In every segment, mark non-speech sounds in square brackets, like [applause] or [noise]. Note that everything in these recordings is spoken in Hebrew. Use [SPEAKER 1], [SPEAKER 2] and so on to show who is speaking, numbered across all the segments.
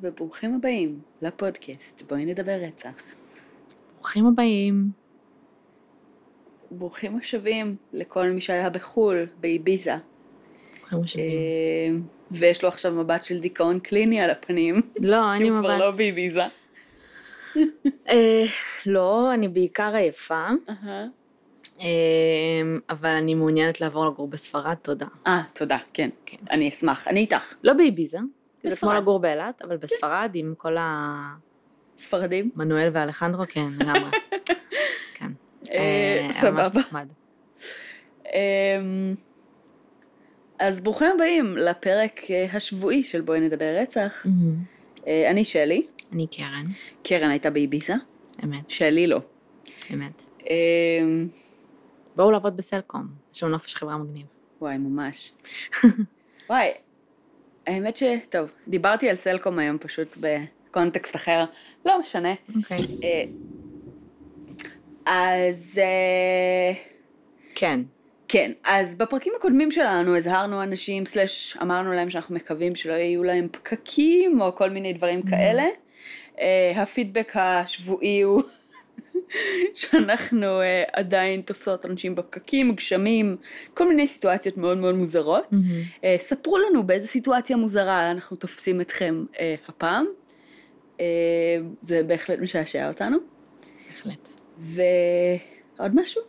[SPEAKER 1] וברוכים הבאים לפודקאסט בואי נדבר רצח.
[SPEAKER 2] ברוכים הבאים.
[SPEAKER 1] ברוכים השבים לכל מי שהיה בחו"ל, באביזה,
[SPEAKER 2] ברוכים השבים.
[SPEAKER 1] אה, ויש לו עכשיו מבט של דיכאון קליני על הפנים,
[SPEAKER 2] לא,
[SPEAKER 1] כי
[SPEAKER 2] אני
[SPEAKER 1] הוא כבר
[SPEAKER 2] מבט.
[SPEAKER 1] לא באביזה.
[SPEAKER 2] אה, לא, אני בעיקר עייפה,
[SPEAKER 1] אהה.
[SPEAKER 2] אה, אבל אני מעוניינת לעבור לגור בספרד, תודה.
[SPEAKER 1] אה, תודה, כן.
[SPEAKER 2] כן.
[SPEAKER 1] אני אשמח, אני איתך.
[SPEAKER 2] לא באביזה, זה כמו
[SPEAKER 1] בספרד.
[SPEAKER 2] לגור לא באילת, אבל בספרד עם כל המנואל
[SPEAKER 1] ספרדים?
[SPEAKER 2] ואלחנדרו, כן, לגמרי. כן.
[SPEAKER 1] אה,
[SPEAKER 2] היה ממש
[SPEAKER 1] סבבה.
[SPEAKER 2] נחמד.
[SPEAKER 1] אמ, אז ברוכים הבאים לפרק אה, השבועי של בואי נדבר רצח.
[SPEAKER 2] מהמם.
[SPEAKER 1] אה, אני שלי,
[SPEAKER 2] אני קרן,
[SPEAKER 1] קרן הייתה באביזה,
[SPEAKER 2] אמת,
[SPEAKER 1] שלי לא.
[SPEAKER 2] אמת.
[SPEAKER 1] אמ,
[SPEAKER 2] בואו לעבוד בסלקום, יש לנו נופש חברה מגניב.
[SPEAKER 1] וואי, ממש. וואי, האמת ש... טוב, דיברתי על סלקום היום פשוט בקונטקסט אחר, לא משנה.
[SPEAKER 2] אוקיי.
[SPEAKER 1] אה, אז אה,
[SPEAKER 2] כן,
[SPEAKER 1] כן, אז בפרקים הקודמים שלנו הזהרנו אנשים, סלש אמרנו להם שאנחנו מקווים שלא יהיו להם פקקים או כל מיני דברים
[SPEAKER 2] Mhm.
[SPEAKER 1] כאלה. אה, הפידבק השבועי הוא [laughs] שאנחנו אה, עדיין תופסות אנשים בפקקים, גשמים, כל מיני סיטואציות מאוד מאוד מוזרות.
[SPEAKER 2] מהמם.
[SPEAKER 1] אה, ספרו לנו באיזה סיטואציה מוזרה אנחנו תופסים אתכם אה, הפעם. אה, זה בהחלט משעשע אותנו.
[SPEAKER 2] בהחלט.
[SPEAKER 1] ועוד משהו?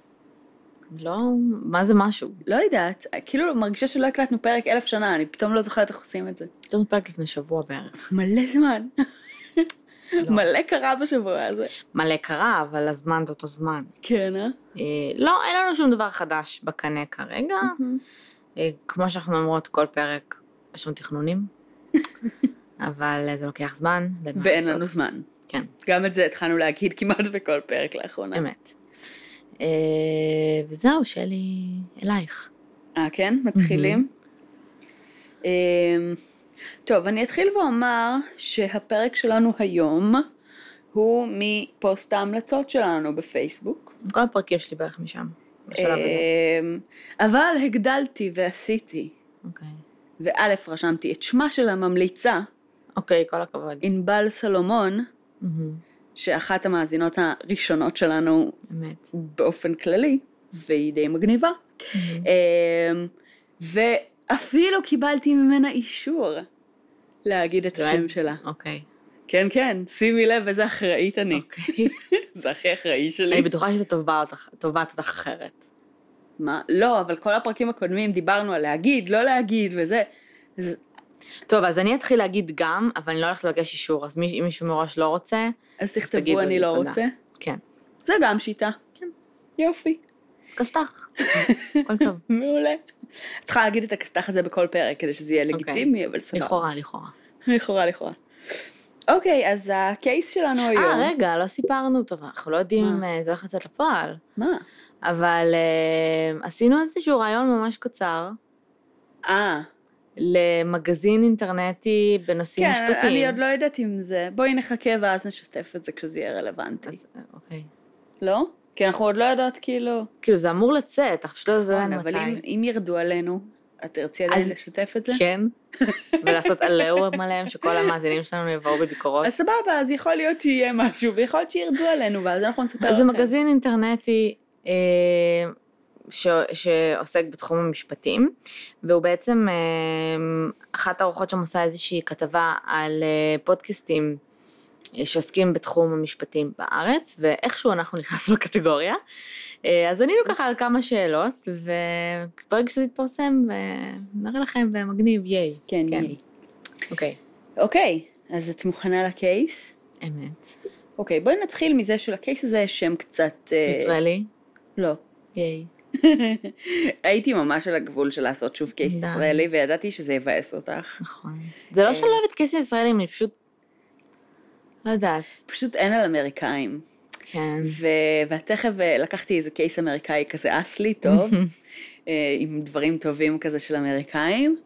[SPEAKER 2] לא, מה זה משהו?
[SPEAKER 1] לא יודעת. אה, כאילו מרגישה שלא הקלטנו פרק אלף שנה, אני פתאום לא זוכרת איך עושים את זה.
[SPEAKER 2] פתאום פרק לפני שבוע בערך.
[SPEAKER 1] מלא זמן.
[SPEAKER 2] לא.
[SPEAKER 1] מלא קרה בשבוע הזה.
[SPEAKER 2] מלא קרה, אבל הזמן זה אותו זמן.
[SPEAKER 1] כן, אה?
[SPEAKER 2] אה, לא, אין לנו שום דבר חדש בקנה כרגע. אה, כמו שאנחנו אומרות, כל פרק יש לנו
[SPEAKER 1] [laughs]
[SPEAKER 2] תכנונים, אבל אה, זה לוקח זמן. ואין מה
[SPEAKER 1] ואין
[SPEAKER 2] לעשות.
[SPEAKER 1] לנו זמן.
[SPEAKER 2] כן,
[SPEAKER 1] גם את זה התחלנו להגיד כמעט בכל פרק לאחרונה.
[SPEAKER 2] אמת. אה, וזהו, שלי, אלייך.
[SPEAKER 1] אה, כן? מתחילים? אמ, טוב, אני אתחיל ואומר שהפרק שלנו היום הוא מפוסט ההמלצות שלנו בפייסבוק.
[SPEAKER 2] כל הפרקים שלי בערך משם, בשלב הזה.
[SPEAKER 1] אמ, אבל הגדלתי ועשיתי,
[SPEAKER 2] אוקיי.
[SPEAKER 1] וא' רשמתי את שמה של הממליצה,
[SPEAKER 2] אוקיי, כל הכבוד.
[SPEAKER 1] ענבל סלומון,
[SPEAKER 2] מהמם,
[SPEAKER 1] שאחת המאזינות הראשונות שלנו
[SPEAKER 2] אמת.
[SPEAKER 1] באופן כללי, והיא די מגניבה.
[SPEAKER 2] מהמם.
[SPEAKER 1] אמ, ואפילו קיבלתי ממנה אישור להגיד את
[SPEAKER 2] באמת?
[SPEAKER 1] השם שלה.
[SPEAKER 2] אוקיי,
[SPEAKER 1] כן, כן, שימי לב איזה אחראית אני. [laughs]
[SPEAKER 2] אוקיי.
[SPEAKER 1] זה הכי אחראי שלי.
[SPEAKER 2] אני בטוחה שזה תובעת אותך- תובעת אותך אחרת.
[SPEAKER 1] מה? לא, אבל כל הפרקים הקודמים דיברנו על להגיד, לא להגיד וזה.
[SPEAKER 2] טוב, אז אני אתחיל להגיד גם, אבל אני לא הולכת לבקש אישור, אז מי- אם מישהו מראש לא רוצה,
[SPEAKER 1] אז
[SPEAKER 2] תגידו
[SPEAKER 1] תכתבו אני
[SPEAKER 2] לי,
[SPEAKER 1] לא
[SPEAKER 2] תודה."
[SPEAKER 1] רוצה.
[SPEAKER 2] כן.
[SPEAKER 1] זה גם שיטה.
[SPEAKER 2] כן.
[SPEAKER 1] יופי,
[SPEAKER 2] כסת"ח. [laughs] הכל טוב.
[SPEAKER 1] מעולה. את צריכה להגיד את הכסת"ח הזה בכל פרק כדי שזה יהיה
[SPEAKER 2] אוקיי.
[SPEAKER 1] לגיטימי, אבל סבבה.
[SPEAKER 2] [laughs] לכאורה, לכאורה.
[SPEAKER 1] לכאורה, לכאורה. אוקיי, אז הקייס שלנו היום.
[SPEAKER 2] אה, רגע, לא סיפרנו, טוב, אנחנו לא יודעים אם אה, זה הולך לצאת לפועל,
[SPEAKER 1] מה?
[SPEAKER 2] אבל אה, עשינו איזשהו רעיון ממש קצר
[SPEAKER 1] אה.
[SPEAKER 2] למגזין אינטרנטי בנושאים
[SPEAKER 1] כן,
[SPEAKER 2] משפטיים.
[SPEAKER 1] אני עוד לא יודעת אם זה. בואי נחכה ואז נשתף את זה כשזה יהיה רלוונטי.
[SPEAKER 2] אז, אה, אוקיי.
[SPEAKER 1] לא? כי אנחנו עוד לא יודעות כאילו...
[SPEAKER 2] כאילו, זה אמור לצאת, אנחנו פשוט לא יודעים
[SPEAKER 1] כן, אבל אם-
[SPEAKER 2] מתי.
[SPEAKER 1] אם ירדו עלינו, את תרצי עדיין
[SPEAKER 2] אז-
[SPEAKER 1] לשתף את זה? [laughs]
[SPEAKER 2] כן, ולעשות עליהום עליהם, שכל המאזינים שלנו יבואו בביקורות.
[SPEAKER 1] אז סבבה, אז יכול להיות שיהיה משהו, ויכול להיות שירדו עלינו, ואז אנחנו נספר לכם.
[SPEAKER 2] אז זה מגזין אינטרנטי אה, ש, שעוסק בתחום המשפטים, והוא בעצם, אה, אחת הארוחות שם עושה איזושהי כתבה על אה, פודקאסטים אה, שעוסקים בתחום המשפטים בארץ, ואיכשהו אנחנו נכנסנו לקטגוריה. אה, אז ענינו ככה על כמה שאלות, וברגע שזה יתפרסם, אה, נראה לכם ומגניב, ייי.
[SPEAKER 1] כן,
[SPEAKER 2] כן.
[SPEAKER 1] יהיה.
[SPEAKER 2] אוקיי.
[SPEAKER 1] אוקיי, אז את מוכנה לקייס?
[SPEAKER 2] אמת.
[SPEAKER 1] אוקיי, בואי נתחיל מזה שלקייס הזה יש שם קצת... אה,
[SPEAKER 2] ישראלי?
[SPEAKER 1] לא.
[SPEAKER 2] ייי.
[SPEAKER 1] הייתי ממש על הגבול של לעשות שוב קייס
[SPEAKER 2] די.
[SPEAKER 1] ישראלי, וידעתי שזה יבאס אותך.
[SPEAKER 2] נכון. זה
[SPEAKER 1] אה.
[SPEAKER 2] לא שאני לא אוהבת קייסים ישראלים, אני פשוט... לא יודעת.
[SPEAKER 1] פשוט אין על אמריקאים.
[SPEAKER 2] כן.
[SPEAKER 1] ו- ותכף אה, לקחתי איזה קייס אמריקאי כזה אסלי טוב, אה, עם דברים טובים כזה של אמריקאים,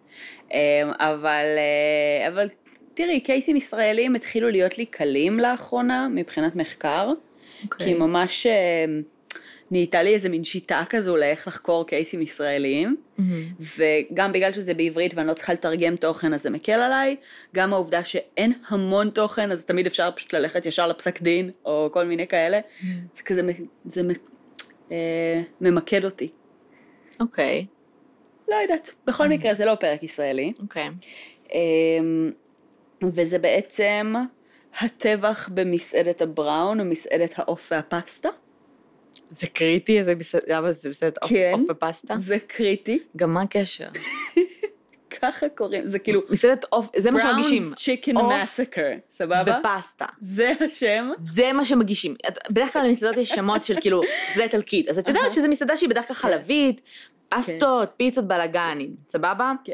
[SPEAKER 1] אה, אבל, אה, אבל תראי, קייסים ישראלים התחילו להיות לי קלים לאחרונה מבחינת מחקר, okay. כי
[SPEAKER 2] אוקיי.
[SPEAKER 1] ממש אה, נהייתה לי איזה מין שיטה כזו לאיך לחקור קייסים ישראליים,
[SPEAKER 2] מהמם.
[SPEAKER 1] וגם בגלל שזה בעברית ואני לא צריכה לתרגם תוכן אז זה מקל עליי, גם העובדה שאין המון תוכן אז תמיד אפשר פשוט ללכת ישר לפסק דין או כל מיני כאלה, זה כזה, מ- זה מ- אה, ממקד אותי.
[SPEAKER 2] אוקיי,
[SPEAKER 1] לא יודעת,
[SPEAKER 2] Mm.
[SPEAKER 1] בכל מקרה זה לא פרק ישראלי.
[SPEAKER 2] אוקיי.
[SPEAKER 1] אמ, וזה בעצם הטבח במסעדת הבראון או מסעדת העוף והפסטה.
[SPEAKER 2] זה קריטי, איזה בסדר, למה זה בסדר, עוף-
[SPEAKER 1] כן.
[SPEAKER 2] עוף ופסטה?
[SPEAKER 1] זה קריטי,
[SPEAKER 2] גם מה הקשר?
[SPEAKER 1] ככה קוראים, זה כאילו
[SPEAKER 2] מסעדת עוף, זה מה שמגישים,
[SPEAKER 1] Brown's Chicken
[SPEAKER 2] עוף
[SPEAKER 1] Massacre, סבבה?
[SPEAKER 2] בפסטה.
[SPEAKER 1] זה השם.
[SPEAKER 2] זה מה שמגישים. את- בדרך כלל למסעדות יש שמות של כאילו, מסעדת איטלקית. אז את
[SPEAKER 1] אהה. כן.
[SPEAKER 2] יודעת שזו מסעדה שהיא בדרך כלל חלבית, פסטות, פיצות, בלאגנים, סבבה?
[SPEAKER 1] כן.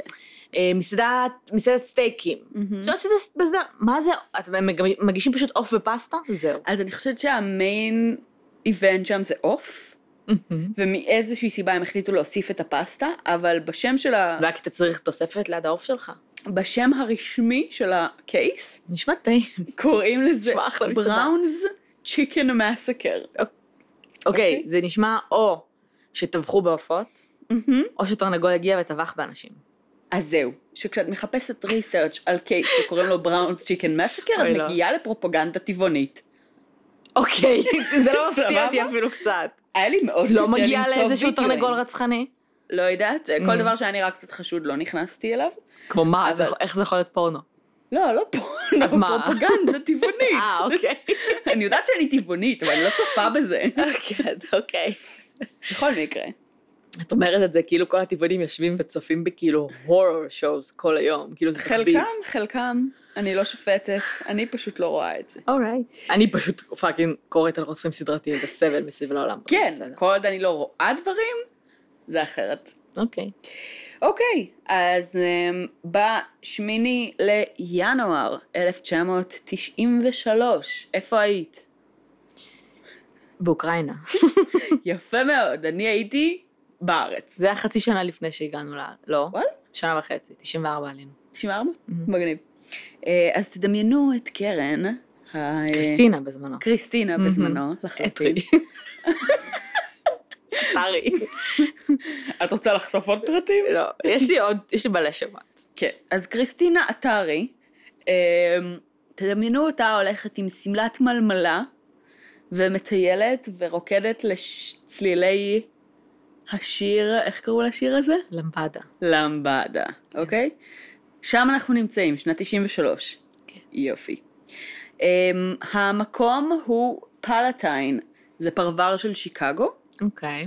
[SPEAKER 2] אה, מסעדת, מסעדת סטייקים. את יודעת שזה, ס- בזה, מה זה, את- הם מג- מגישים פשוט עוף ופסטה? זהו.
[SPEAKER 1] אז אני חושבת שהמיין איבנט שם זה עוף, ומאיזושהי סיבה הם החליטו להוסיף את הפסטה, אבל בשם של ה...
[SPEAKER 2] אולי כי אתה צריך תוספת ליד העוף שלך.
[SPEAKER 1] בשם הרשמי של הקייס,
[SPEAKER 2] נשמע טעים.
[SPEAKER 1] קוראים לזה
[SPEAKER 2] נשמע אחלה מסעדה.
[SPEAKER 1] בראונס צ'יקן מסקר.
[SPEAKER 2] אוקיי, זה נשמע או שטבחו בעופות,
[SPEAKER 1] מהמם.
[SPEAKER 2] או שתרנגול הגיע וטבח באנשים.
[SPEAKER 1] אז זהו, שכשאת מחפשת ריסרצ' על קייס שקוראים לו בראונס צ'יקן מסקר,
[SPEAKER 2] אוי,
[SPEAKER 1] את
[SPEAKER 2] לא.
[SPEAKER 1] מגיעה לפרופוגנדה טבעונית.
[SPEAKER 2] אוקיי, [laughs] זה לא מפתיע
[SPEAKER 1] סבבה?
[SPEAKER 2] אותי אפילו קצת.
[SPEAKER 1] היה לי מאוד קשה
[SPEAKER 2] לא
[SPEAKER 1] למצוא
[SPEAKER 2] מגיע לאיזשהו
[SPEAKER 1] וידאוים.
[SPEAKER 2] תרנגול רצחני?
[SPEAKER 1] לא יודעת,
[SPEAKER 2] Mm.
[SPEAKER 1] כל דבר שהיה נראה קצת חשוד לא נכנסתי אליו.
[SPEAKER 2] כמו מה?
[SPEAKER 1] אבל-
[SPEAKER 2] זה- איך זה יכול להיות [laughs] פורנו?
[SPEAKER 1] לא, [laughs] לא פורנו,
[SPEAKER 2] אז מה?
[SPEAKER 1] פרופוגנדה טבעונית.
[SPEAKER 2] אה, אוקיי.
[SPEAKER 1] [laughs] אני יודעת שאני טבעונית, אבל אני לא צופה בזה. [laughs]
[SPEAKER 2] כן, אוקיי.
[SPEAKER 1] בכל מקרה.
[SPEAKER 2] את אומרת את זה כאילו כל הטבעונים יושבים וצופים בכאילו הורר שואוס כל היום, כאילו זה תחביב.
[SPEAKER 1] חלקם, חלקם, אני לא שופטת, אני פשוט לא רואה את זה.
[SPEAKER 2] אורייט. אני פשוט פאקינג קוראת על רוצחים סדרתיים וסבל מסביב לעולם. אבל
[SPEAKER 1] כן,
[SPEAKER 2] בסדר.
[SPEAKER 1] כל עוד אני לא רואה דברים, זה אחרת.
[SPEAKER 2] אוקיי.
[SPEAKER 1] אוקיי, אז אמ, בשמיני לינואר 1993, איפה היית? [laughs]
[SPEAKER 2] באוקראינה.
[SPEAKER 1] יפה מאוד, אני הייתי בארץ.
[SPEAKER 2] זה היה חצי שנה לפני שהגענו ל... לא.
[SPEAKER 1] וואלה?
[SPEAKER 2] שנה וחצי, 94 עלינו.
[SPEAKER 1] 94? מגניב. אה, אז תדמיינו את קרן, ה-
[SPEAKER 2] קריסטינה בזמנו.
[SPEAKER 1] קריסטינה
[SPEAKER 2] מהמם.
[SPEAKER 1] בזמנו, לחלוטין.
[SPEAKER 2] [laughs] טרי.
[SPEAKER 1] [laughs] את רוצה לחשוף עוד פרטים?
[SPEAKER 2] לא, יש לי עוד, יש לי מלא שמות.
[SPEAKER 1] כן. אז קריסטינה עטרי, אמ, תדמיינו אותה הולכת עם שמלת מלמלה ומטיילת ורוקדת לצלילי השיר, איך קראו לשיר הזה?
[SPEAKER 2] למבדה.
[SPEAKER 1] למבדה, אוקיי? שם אנחנו נמצאים, שנת 93.
[SPEAKER 2] כן.
[SPEAKER 1] יופי. אמ, המקום הוא פלטיין, זה פרבר של שיקגו.
[SPEAKER 2] אוקיי.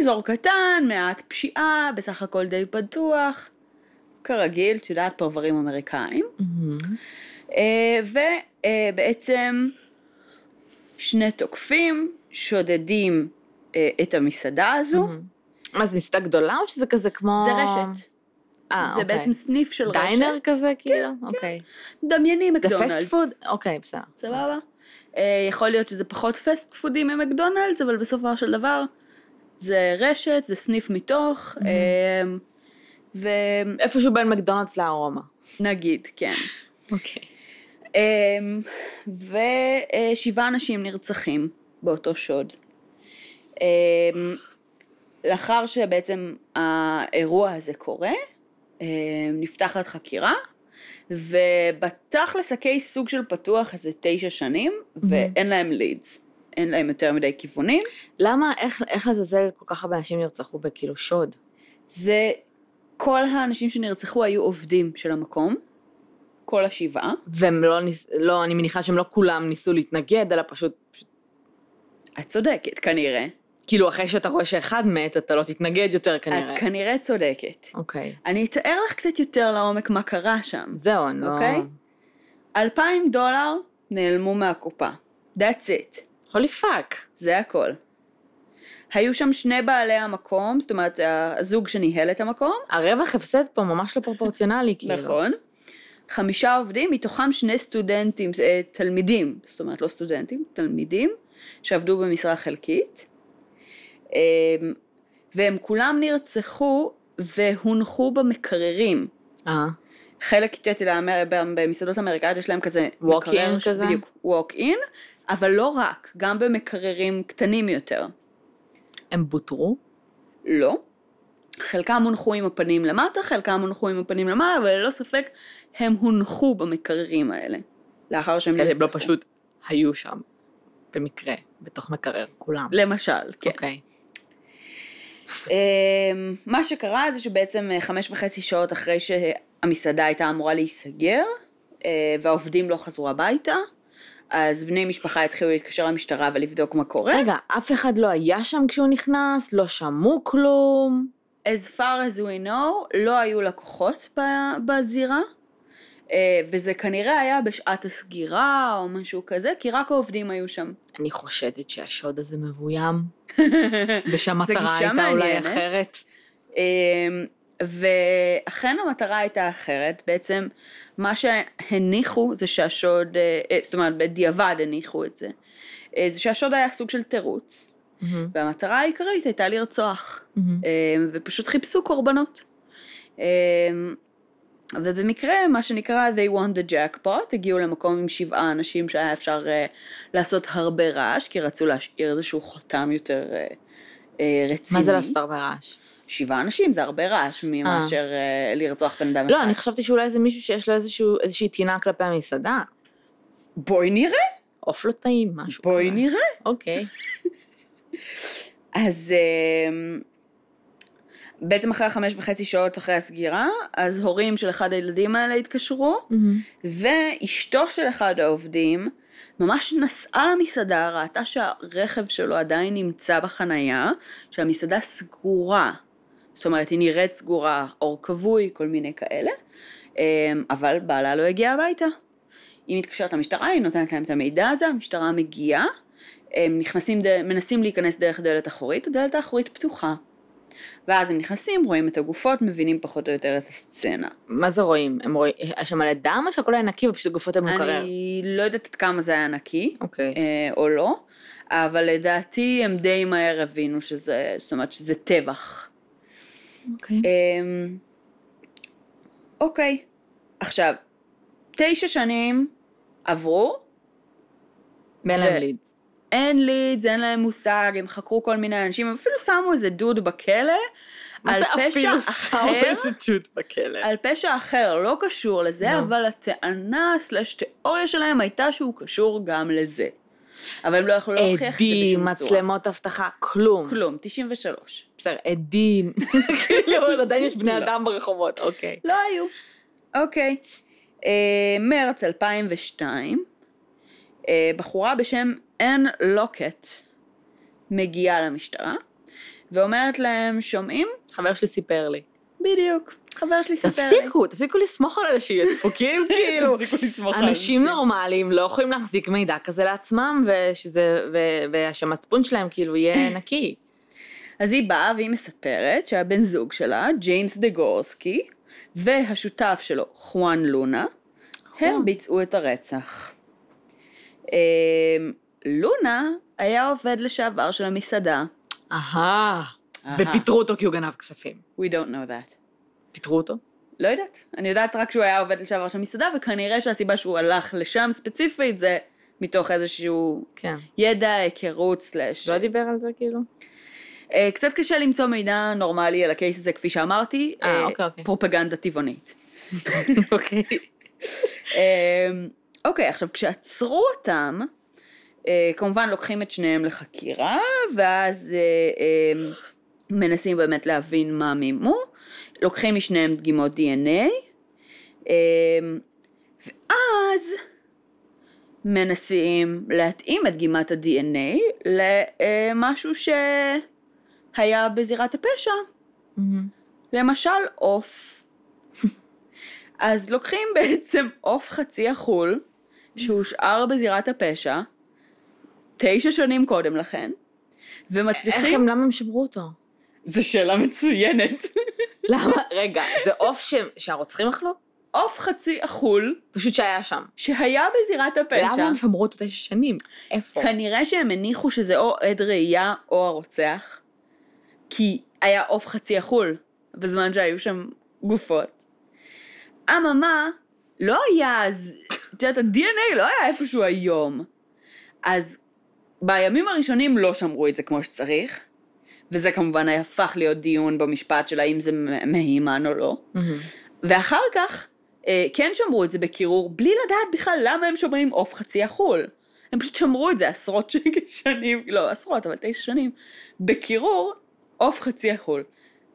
[SPEAKER 1] אזור קטן, מעט פשיעה, בסך הכל די פתוח, כרגיל, את יודעת, פרברים אמריקאים. אה, ובעצם שני תוקפים שודדים אה, את המסעדה הזו.
[SPEAKER 2] מהמם. מה, זו מסעדה גדולה או שזה כזה כמו...
[SPEAKER 1] זה רשת,
[SPEAKER 2] אה,
[SPEAKER 1] זה
[SPEAKER 2] אוקיי.
[SPEAKER 1] בעצם סניף של רשת. כן,
[SPEAKER 2] דיינר כזה, כאילו? אוקיי.
[SPEAKER 1] דמייני
[SPEAKER 2] זה
[SPEAKER 1] מקדונלדס.
[SPEAKER 2] פסט פוד? אוקיי, בסדר.
[SPEAKER 1] סבבה? אה, יכול להיות שזה פחות פסט פודים ממקדונלדס, אבל בסופו של דבר זה רשת, זה סניף מתוך, אה,
[SPEAKER 2] איפשהו בין מקדונלדס לארומה.
[SPEAKER 1] ונגיד, כן.
[SPEAKER 2] אוקיי.
[SPEAKER 1] אמ, ושבעה אנשים נרצחים באותו שוד. אמ, לאחר שבעצם האירוע הזה קורה, אמ, נפתחת חקירה, ובתכלס הקייס סוג של פתוח איזה תשע שנים, ואין להם לידס, אין להם יותר מדי כיוונים.
[SPEAKER 2] למה, איך- איך לעזאזל כל כך הרבה אנשים נרצחו בכאילו שוד?
[SPEAKER 1] זה, כל האנשים שנרצחו היו עובדים של המקום, כל השבעה.
[SPEAKER 2] והם לא ניס... לא, אני מניחה שהם לא כולם ניסו להתנגד, אלא פשוט...
[SPEAKER 1] את צודקת כנראה,
[SPEAKER 2] כאילו, אחרי שאתה רואה שאחד מת, אתה לא תתנגד יותר כנראה.
[SPEAKER 1] את כנראה צודקת.
[SPEAKER 2] אוקיי.
[SPEAKER 1] אני אתאר לך קצת יותר לעומק מה קרה שם.
[SPEAKER 2] זהו, אני לא...
[SPEAKER 1] אוקיי. אלפיים דולר נעלמו מהקופה. That's it.
[SPEAKER 2] הולי פאק.
[SPEAKER 1] זה הכל. היו שם שני בעלי המקום, זאת אומרת, הזוג שניהל את המקום,
[SPEAKER 2] הרווח הפסד פה ממש לא פרופורציונלי, כאילו.
[SPEAKER 1] נכון. חמישה עובדים, מתוכם שני סטודנטים, אה, תלמידים, זאת אומרת לא סטודנטים, תלמידים, שעבדו במשרה חלקית, אה, והם כולם נרצחו והונחו במקררים.
[SPEAKER 2] אה,
[SPEAKER 1] חלק, את יודעת, לאמר- במסעדות אמריקאיות יש להם כזה...
[SPEAKER 2] Walk-in
[SPEAKER 1] מקרר ש-
[SPEAKER 2] כזה?
[SPEAKER 1] בדיוק, walk in, אבל לא רק, גם במקררים קטנים יותר.
[SPEAKER 2] הם בוטרו?
[SPEAKER 1] לא. חלקם הונחו עם הפנים למטה, חלקם הונחו עם הפנים למעלה, אבל ללא ספק הם הונחו במקררים האלה. לאחר שהם
[SPEAKER 2] כאלה, הם לא
[SPEAKER 1] נרצחו.
[SPEAKER 2] פשוט היו שם, במקרה, בתוך מקרר, כולם.
[SPEAKER 1] למשל, כן.
[SPEAKER 2] אוקיי.
[SPEAKER 1] אמ, מה שקרה זה שבעצם אה, חמש וחצי שעות אחרי שהמסעדה הייתה אמורה להיסגר אה, והעובדים לא חזרו הביתה, אז בני משפחה התחילו להתקשר למשטרה ולבדוק מה קורה.
[SPEAKER 2] רגע, אף אחד לא היה שם כשהוא נכנס, לא שמעו כלום.
[SPEAKER 1] as far as we know, לא היו לקוחות ב- בזירה, אה, וזה כנראה היה בשעת הסגירה או משהו כזה, כי רק העובדים היו שם.
[SPEAKER 2] אני חושדת שהשוד הזה [laughs] מבוים,
[SPEAKER 1] גישה
[SPEAKER 2] ושהמטרה הייתה אולי
[SPEAKER 1] מעניינת.
[SPEAKER 2] אחרת.
[SPEAKER 1] אמ, ואכן המטרה הייתה אחרת, בעצם מה שהניחו זה שהשוד, אה, אה, זאת אומרת בדיעבד הניחו את זה, אה, זה שהשוד היה סוג של תירוץ,
[SPEAKER 2] מהמם,
[SPEAKER 1] והמטרה העיקרית הייתה לרצוח,
[SPEAKER 2] מהמם.
[SPEAKER 1] אמ, ופשוט חיפשו קורבנות. אמ, ובמקרה, מה שנקרא They want the jackpot, הגיעו למקום עם שבעה אנשים שהיה אפשר אה, לעשות הרבה רעש, כי רצו להשאיר איזשהו חותם יותר אה, אה, רציני.
[SPEAKER 2] מה זה לעשות הרבה רעש?
[SPEAKER 1] שבעה אנשים זה הרבה רעש ממאשר אה, לרצוח בן אדם
[SPEAKER 2] לא,
[SPEAKER 1] אחד.
[SPEAKER 2] אני חשבתי שאולי זה מישהו שיש לו איזשהו- איזושהי טינה כלפי המסעדה.
[SPEAKER 1] בואי נראה,
[SPEAKER 2] עוף לא טעים, משהו כזה.
[SPEAKER 1] בואי נראה.
[SPEAKER 2] [laughs] אוקיי.
[SPEAKER 1] אז אה, בעצם אחרי חמש וחצי שעות אחרי הסגירה, אז הורים של אחד הילדים האלה התקשרו, ואשתו של אחד העובדים ממש נסעה למסעדה, ראתה שהרכב שלו עדיין נמצא בחנייה, שהמסעדה סגורה. זאת אומרת, היא נראית סגורה, אור כבוי, כל מיני כאלה, אמ, אבל בעלה לא הגיע הביתה. היא מתקשרת למשטרה, היא נותנת להם את המידע הזה, המשטרה מגיעה, הם נכנסים, ד- מנסים להיכנס דרך דלת אחורית, הדלת האחורית פתוחה. ואז הם נכנסים, רואים את הגופות, מבינים פחות או יותר את הסצנה.
[SPEAKER 2] מה זה רואים? הם רואים, היה שם מלא דם או שהכל היה נקי ופשוט גופות היו במקרר?
[SPEAKER 1] אני לא יודעת עד כמה זה היה נקי,
[SPEAKER 2] אוקיי.
[SPEAKER 1] אה, או לא, אבל לדעתי הם די מהר הבינו שזה, זאת אומרת שזה טבח.
[SPEAKER 2] אוקיי.
[SPEAKER 1] אמ, אוקיי, עכשיו, תשע שנים עברו,
[SPEAKER 2] ואין
[SPEAKER 1] ו-
[SPEAKER 2] להם ליד.
[SPEAKER 1] אין לידס, אין להם מושג, הם חקרו כל מיני אנשים, הם אפילו שמו איזה דוד בכלא,
[SPEAKER 2] מה
[SPEAKER 1] על
[SPEAKER 2] זה
[SPEAKER 1] פשע
[SPEAKER 2] אפילו
[SPEAKER 1] אחר,
[SPEAKER 2] שם איזה תות בכלא?
[SPEAKER 1] על פשע אחר, לא קשור לזה,
[SPEAKER 2] נו.
[SPEAKER 1] אבל הטענה סלש תיאוריה שלהם הייתה שהוא קשור גם לזה. אבל הם לא יכלו להוכיח את זה
[SPEAKER 2] עדים,
[SPEAKER 1] בשום צורה.
[SPEAKER 2] מצלמות אבטחה, כלום.
[SPEAKER 1] כלום, 93.
[SPEAKER 2] בסדר, עדים. [laughs] כאילו, אז עדיין יש בני
[SPEAKER 1] לא.
[SPEAKER 2] אדם ברחובות, אוקיי.
[SPEAKER 1] לא היו. אוקיי. אה, מרץ 2002, אה, בחורה בשם אן לוקט מגיעה למשטרה ואומרת להם, שומעים?
[SPEAKER 2] חבר שלי סיפר לי.
[SPEAKER 1] בדיוק. חבר שלי סיפר לי.
[SPEAKER 2] תפסיקו, תפסיקו לסמוך על אנשים, [laughs] דפוקים כאילו.
[SPEAKER 1] תפסיקו לסמוך על
[SPEAKER 2] אנשים נורמליים לא יכולים להחזיק מידע כזה לעצמם, ושזה, ו- ושהמצפון שלהם
[SPEAKER 1] [clears throat]
[SPEAKER 2] כאילו יהיה נקי.
[SPEAKER 1] אז היא באה והיא מספרת שהבן זוג שלה, ג'יימס דגורסקי, והשותף שלו, חואן לונה, הם
[SPEAKER 2] חואן.
[SPEAKER 1] ביצעו את הרצח. אמ, לונה היה עובד לשעבר של המסעדה.
[SPEAKER 2] אהה. ופיטרו אותו כי הוא גנב כספים.
[SPEAKER 1] We don't know that.
[SPEAKER 2] פיטרו אותו?
[SPEAKER 1] לא יודעת. אני יודעת רק שהוא היה עובד לשעבר של מסעדה, וכנראה שהסיבה שהוא הלך לשם ספציפית זה מתוך איזשהו
[SPEAKER 2] כן.
[SPEAKER 1] ידע, היכרות, סלאש.
[SPEAKER 2] לא דיבר על זה כאילו?
[SPEAKER 1] [laughs] אה, קצת קשה למצוא מידע נורמלי על הקייס הזה, כפי שאמרתי.
[SPEAKER 2] אה,
[SPEAKER 1] אה,
[SPEAKER 2] אוקיי, אוקיי.
[SPEAKER 1] פרופגנדה טבעונית.
[SPEAKER 2] [laughs] אוקיי.
[SPEAKER 1] אמ, אוקיי, עכשיו כשעצרו אותם, אה, כמובן לוקחים את שניהם לחקירה, ואז אה, אמ, מנסים באמת להבין מה מימו, לוקחים משניהם דגימות DNA, אמ, ואז מנסים להתאים את דגימת ה-DNA למשהו שהיה בזירת הפשע. למשל עוף. אז לוקחים בעצם עוף חצי החול, שהושאר בזירת הפשע, תשע שנים קודם לכן,
[SPEAKER 2] איך
[SPEAKER 1] ומצליחים...
[SPEAKER 2] הם, למה הם שברו אותו?
[SPEAKER 1] זו שאלה מצוינת.
[SPEAKER 2] למה? רגע, זה עוף ש- שהרוצחים אכלו?
[SPEAKER 1] עוף חצי החול,
[SPEAKER 2] פשוט שהיה שם.
[SPEAKER 1] שהיה בזירת
[SPEAKER 2] למה
[SPEAKER 1] הפשע,
[SPEAKER 2] הם שמרו אותו תשע שנים? איפה?
[SPEAKER 1] כנראה שהם הניחו שזה או עד ראייה או הרוצח, כי היה עוף חצי החול בזמן שהיו שם גופות. אממה, לא היה אז, את יודעת, ה-DNA לא היה איפשהו היום. אז בימים הראשונים לא שמרו את זה כמו שצריך, וזה כמובן הפך להיות דיון במשפט של האם זה מהימן או לא.
[SPEAKER 2] מהמם.
[SPEAKER 1] ואחר כך אה, כן שמרו את זה בקירור, בלי לדעת בכלל למה הם שומרים עוף חצי החול. הם פשוט שמרו את זה עשרות [laughs] שנים, לא עשרות, אבל תשע שנים, בקירור עוף חצי החול.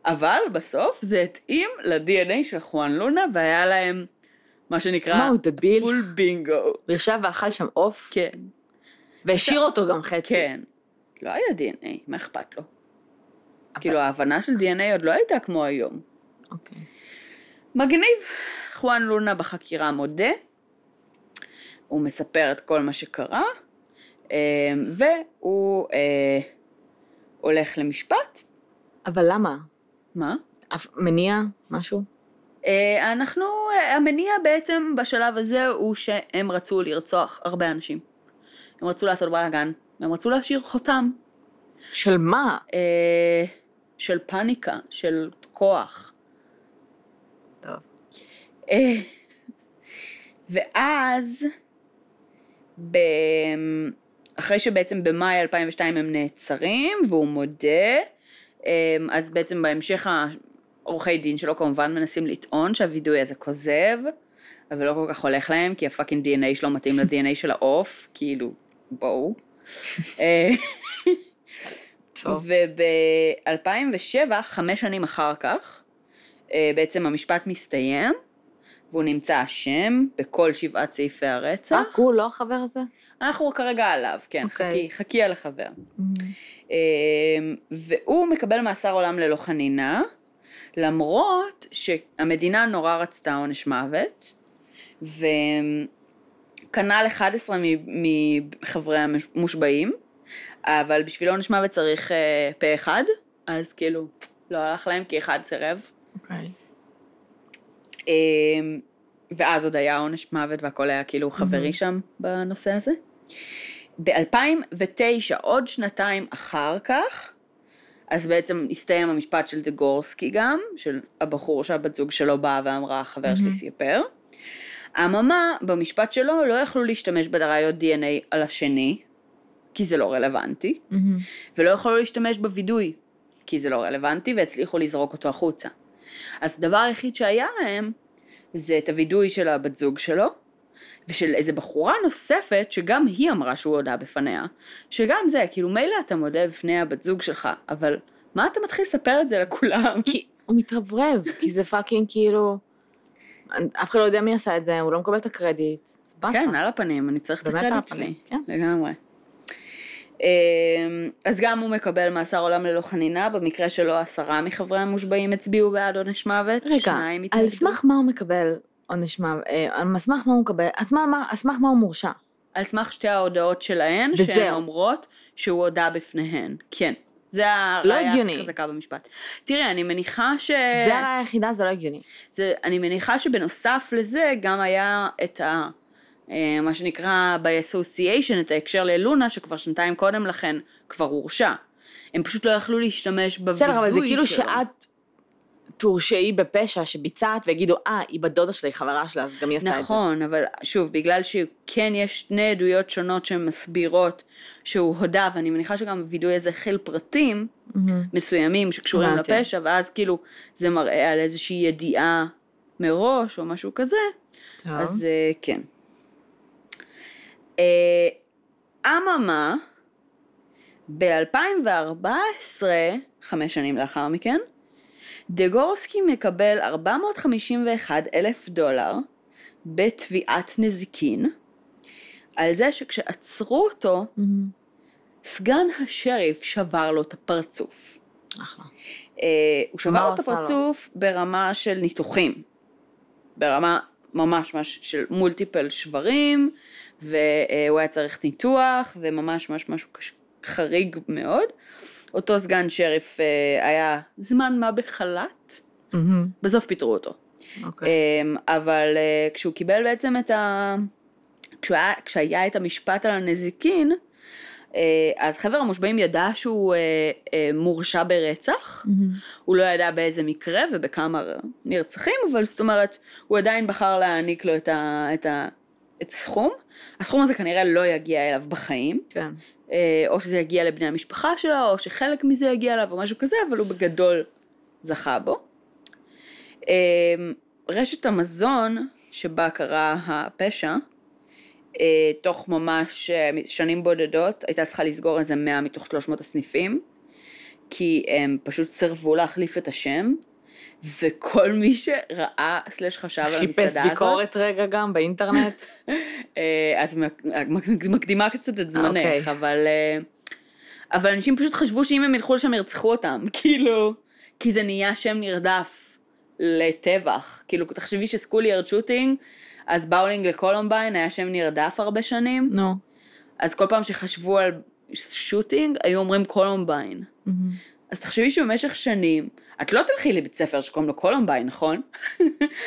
[SPEAKER 1] אבל בסוף זה התאים ל-DNA של חואן לונה, והיה להם מה
[SPEAKER 2] מה,
[SPEAKER 1] שנקרא
[SPEAKER 2] הוא דביל?
[SPEAKER 1] פול בינגו.
[SPEAKER 2] הוא ישב ואכל שם עוף,
[SPEAKER 1] כן,
[SPEAKER 2] והשאיר אותו גם חצי.
[SPEAKER 1] כן. לא היה DNA, מה אכפת לו?
[SPEAKER 2] אבל-
[SPEAKER 1] כאילו ההבנה של DNA עוד לא הייתה כמו היום.
[SPEAKER 2] אוקיי.
[SPEAKER 1] מגניב. חואן לונה בחקירה מודה, הוא מספר את כל מה שקרה, אה, והוא אה, הולך למשפט.
[SPEAKER 2] אבל למה?
[SPEAKER 1] מה?
[SPEAKER 2] אף- מניע? משהו?
[SPEAKER 1] אה, אנחנו, אה, המניע בעצם בשלב הזה הוא שהם רצו לרצוח הרבה אנשים. הם רצו לעשות בלאגן, הם רצו להשאיר חותם
[SPEAKER 2] של מה?
[SPEAKER 1] אה, של פאניקה, של כוח.
[SPEAKER 2] טוב.
[SPEAKER 1] אה, [laughs] ואז, ב... אחרי שבעצם במאי 2002 הם נעצרים והוא מודה, אה, אז בעצם בהמשך עורכי דין שלו כמובן מנסים לטעון שהווידוי הזה כוזב, אבל לא כל כך הולך להם, כי הפאקינג DNA שלו מתאים ל-DNA של העוף, כאילו, בואו. אה,
[SPEAKER 2] טוב.
[SPEAKER 1] וב-2007, חמש שנים אחר כך, אה, בעצם המשפט מסתיים, והוא נמצא אשם בכל שבעת סעיפי הרצח.
[SPEAKER 2] אה, הוא לא החבר הזה?
[SPEAKER 1] אנחנו כרגע עליו, כן,
[SPEAKER 2] אוקיי.
[SPEAKER 1] חכי, חכי על החבר. אה, והוא מקבל מאסר עולם ללא חנינה, למרות שהמדינה נורא רצתה עונש מוות, וכנ"ל 11 מ- מחברי המושבעים, אבל בשביל עונש מוות צריך אה, פה אחד, אז כאילו לא הלך להם כי אחד סירב.
[SPEAKER 2] אוקיי.
[SPEAKER 1] אה, ואז עוד היה עונש מוות והכל היה כאילו חברי
[SPEAKER 2] מהמם.
[SPEAKER 1] שם בנושא הזה. ב-2009, עוד שנתיים אחר כך, אז בעצם הסתיים המשפט של דגורסקי גם, של הבחור שהבת זוג שלו באה ואמרה, חבר שלי
[SPEAKER 2] מהמם.
[SPEAKER 1] סיפר. אממה, במשפט שלו לא יכלו להשתמש בראיות DNA על השני, כי זה לא רלוונטי,
[SPEAKER 2] מהמם.
[SPEAKER 1] ולא יכלו להשתמש בווידוי, כי זה לא רלוונטי, והצליחו לזרוק אותו החוצה. אז הדבר היחיד שהיה להם, זה את הווידוי של הבת זוג שלו, ושל איזה בחורה נוספת, שגם היא אמרה שהוא הודה בפניה, שגם זה, כאילו מילא אתה מודה בפני הבת זוג שלך, אבל מה אתה מתחיל לספר את זה לכולם?
[SPEAKER 2] כי הוא מתרברב, כי זה פאקינג כאילו... אף אחד לא יודע מי עשה את זה, הוא לא מקבל את הקרדיט. זה באסה.
[SPEAKER 1] כן, על הפנים, אני צריך את
[SPEAKER 2] באמת על
[SPEAKER 1] הקרדיט שלי.
[SPEAKER 2] הפנים, כן.
[SPEAKER 1] לגמרי. אמ, אז גם הוא מקבל מאסר עולם ללא חנינה, במקרה שלו עשרה מחברי המושבעים הצביעו בעד עונש מוות,
[SPEAKER 2] רגע,
[SPEAKER 1] שניים
[SPEAKER 2] על
[SPEAKER 1] התנגדו.
[SPEAKER 2] סמך מה הוא מקבל עונש מוות? אה, על סמך מה הוא מקבל? על סמך מה- על סמך מה הוא מורשע?
[SPEAKER 1] על סמך שתי ההודעות שלהן,
[SPEAKER 2] וזהו.
[SPEAKER 1] שהן אומרות שהוא הודה בפניהן. כן. זה הראיה הכי
[SPEAKER 2] לא הגיוני.
[SPEAKER 1] חזקה במשפט. תראי, אני מניחה ש...
[SPEAKER 2] זה הראיה היחידה, זה לא הגיוני.
[SPEAKER 1] זה, אני מניחה שבנוסף לזה גם היה את ה... אה, מה שנקרא ב-association, את ההקשר ללונה, שכבר שנתיים קודם לכן כבר הורשע. הם פשוט לא יכלו להשתמש בווידוי שלו.
[SPEAKER 2] בסדר, אבל זה כאילו שאת תורשעי בפשע שביצעת ויגידו, אה, היא בת דודה שלי, חברה שלה, אז גם היא עשתה את זה.
[SPEAKER 1] נכון, אבל שוב, בגלל שכן יש שני עדויות שונות שמסבירות שהוא הודה, ואני מניחה שגם הווידוי הזה הכיל פרטים
[SPEAKER 2] מהמם.
[SPEAKER 1] מסוימים שקשורים
[SPEAKER 2] הבנתי.
[SPEAKER 1] לפשע, ואז כאילו זה מראה על איזושהי ידיעה מראש או משהו כזה,
[SPEAKER 2] אז
[SPEAKER 1] אז אה, כן. אה, אממה, ב-2014, חמש שנים לאחר מכן, דגורסקי מקבל 451 אלף דולר בתביעת נזיקין, על זה שכשעצרו אותו,
[SPEAKER 2] מהמם.
[SPEAKER 1] סגן השריף שבר לו את הפרצוף.
[SPEAKER 2] אחלה.
[SPEAKER 1] אה, הוא
[SPEAKER 2] מה
[SPEAKER 1] שבר
[SPEAKER 2] הוא
[SPEAKER 1] לו את
[SPEAKER 2] עשה לו?
[SPEAKER 1] הפרצוף ברמה של ניתוחים. ברמה ממש ממש של מולטיפל שברים, והוא היה צריך ניתוח, וממש ממש משהו קש- חריג מאוד. אותו סגן שריף אה, היה זמן מה בחל"ת,
[SPEAKER 2] מהמם.
[SPEAKER 1] בסוף פיטרו אותו.
[SPEAKER 2] אוקיי.
[SPEAKER 1] אמ, אבל אה, כשהוא קיבל בעצם את ה... כשהוא היה, כשהיה את המשפט על הנזיקין, אה, אז חבר המושבעים ידע שהוא אה, אה, מורשע ברצח,
[SPEAKER 2] מהמם.
[SPEAKER 1] הוא לא ידע באיזה מקרה ובכמה נרצחים, אבל זאת אומרת, הוא עדיין בחר להעניק לו את, ה, את את הסכום, הסכום הזה כנראה לא יגיע אליו בחיים,
[SPEAKER 2] כן.
[SPEAKER 1] אה, או שזה יגיע לבני המשפחה שלו, או שחלק מזה יגיע אליו, או משהו כזה, אבל הוא בגדול זכה בו. אה, רשת המזון שבה קרה הפשע, אה, תוך ממש אה, שנים בודדות, הייתה צריכה לסגור איזה 100 מתוך 300 הסניפים, כי הם פשוט סירבו להחליף את השם. וכל מי שראה, סלש חשב על המסעדה הזאת,
[SPEAKER 2] חיפש ביקורת רגע גם באינטרנט.
[SPEAKER 1] אה, את מק- מקדימה קצת את זמנך,
[SPEAKER 2] אוקיי.
[SPEAKER 1] אבל... אה, אבל אנשים פשוט חשבו שאם הם ילכו לשם ירצחו אותם, [laughs] כאילו... כי זה נהיה שם נרדף לטבח. כאילו, תחשבי שסקוליארד שוטינג, אז באולינג לקולומביין היה שם נרדף הרבה שנים,
[SPEAKER 2] [laughs] נו.
[SPEAKER 1] אז כל פעם שחשבו על שוטינג, היו אומרים קולומביין. אז תחשבי שבמשך שנים, את לא תלכי לבית ספר שקוראים לו קולומביין, נכון?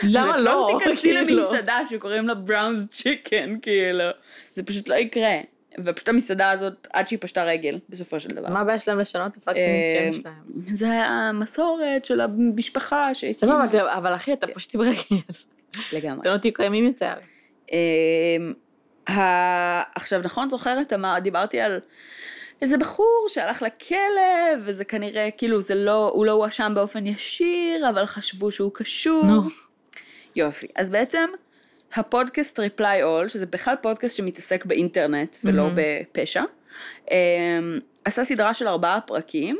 [SPEAKER 2] למה לא?
[SPEAKER 1] את לא תיכנסי
[SPEAKER 2] [laughs] כאילו.
[SPEAKER 1] למסעדה שקוראים לה בראונס צ'יקן, כאילו. זה פשוט לא יקרה. ופשוט המסעדה הזאת, עד שהיא פשטה רגל, בסופו של דבר.
[SPEAKER 2] מה הבעיה שלהם לשנות את הפאקינג
[SPEAKER 1] אה,
[SPEAKER 2] שם שלהם?
[SPEAKER 1] זה המסורת של המשפחה שהסכימה.
[SPEAKER 2] סבבה, אתה- אבל אחי, אתה פשוט עם רגל.
[SPEAKER 1] לגמרי.
[SPEAKER 2] אתם לא תהיו קיימים יותר.
[SPEAKER 1] אמ, ה- עכשיו, נכון, זוכרת, אמר- דיברתי על איזה בחור שהלך לכלא, וזה כנראה, כאילו, זה לא, הוא לא הואשם באופן ישיר, אבל חשבו שהוא קשור.
[SPEAKER 2] נו.
[SPEAKER 1] יופי. אז בעצם הפודקאסט Reply All, שזה בכלל פודקאסט שמתעסק באינטרנט ולא
[SPEAKER 2] מהמם.
[SPEAKER 1] בפשע, אמ, עשה סדרה של ארבעה פרקים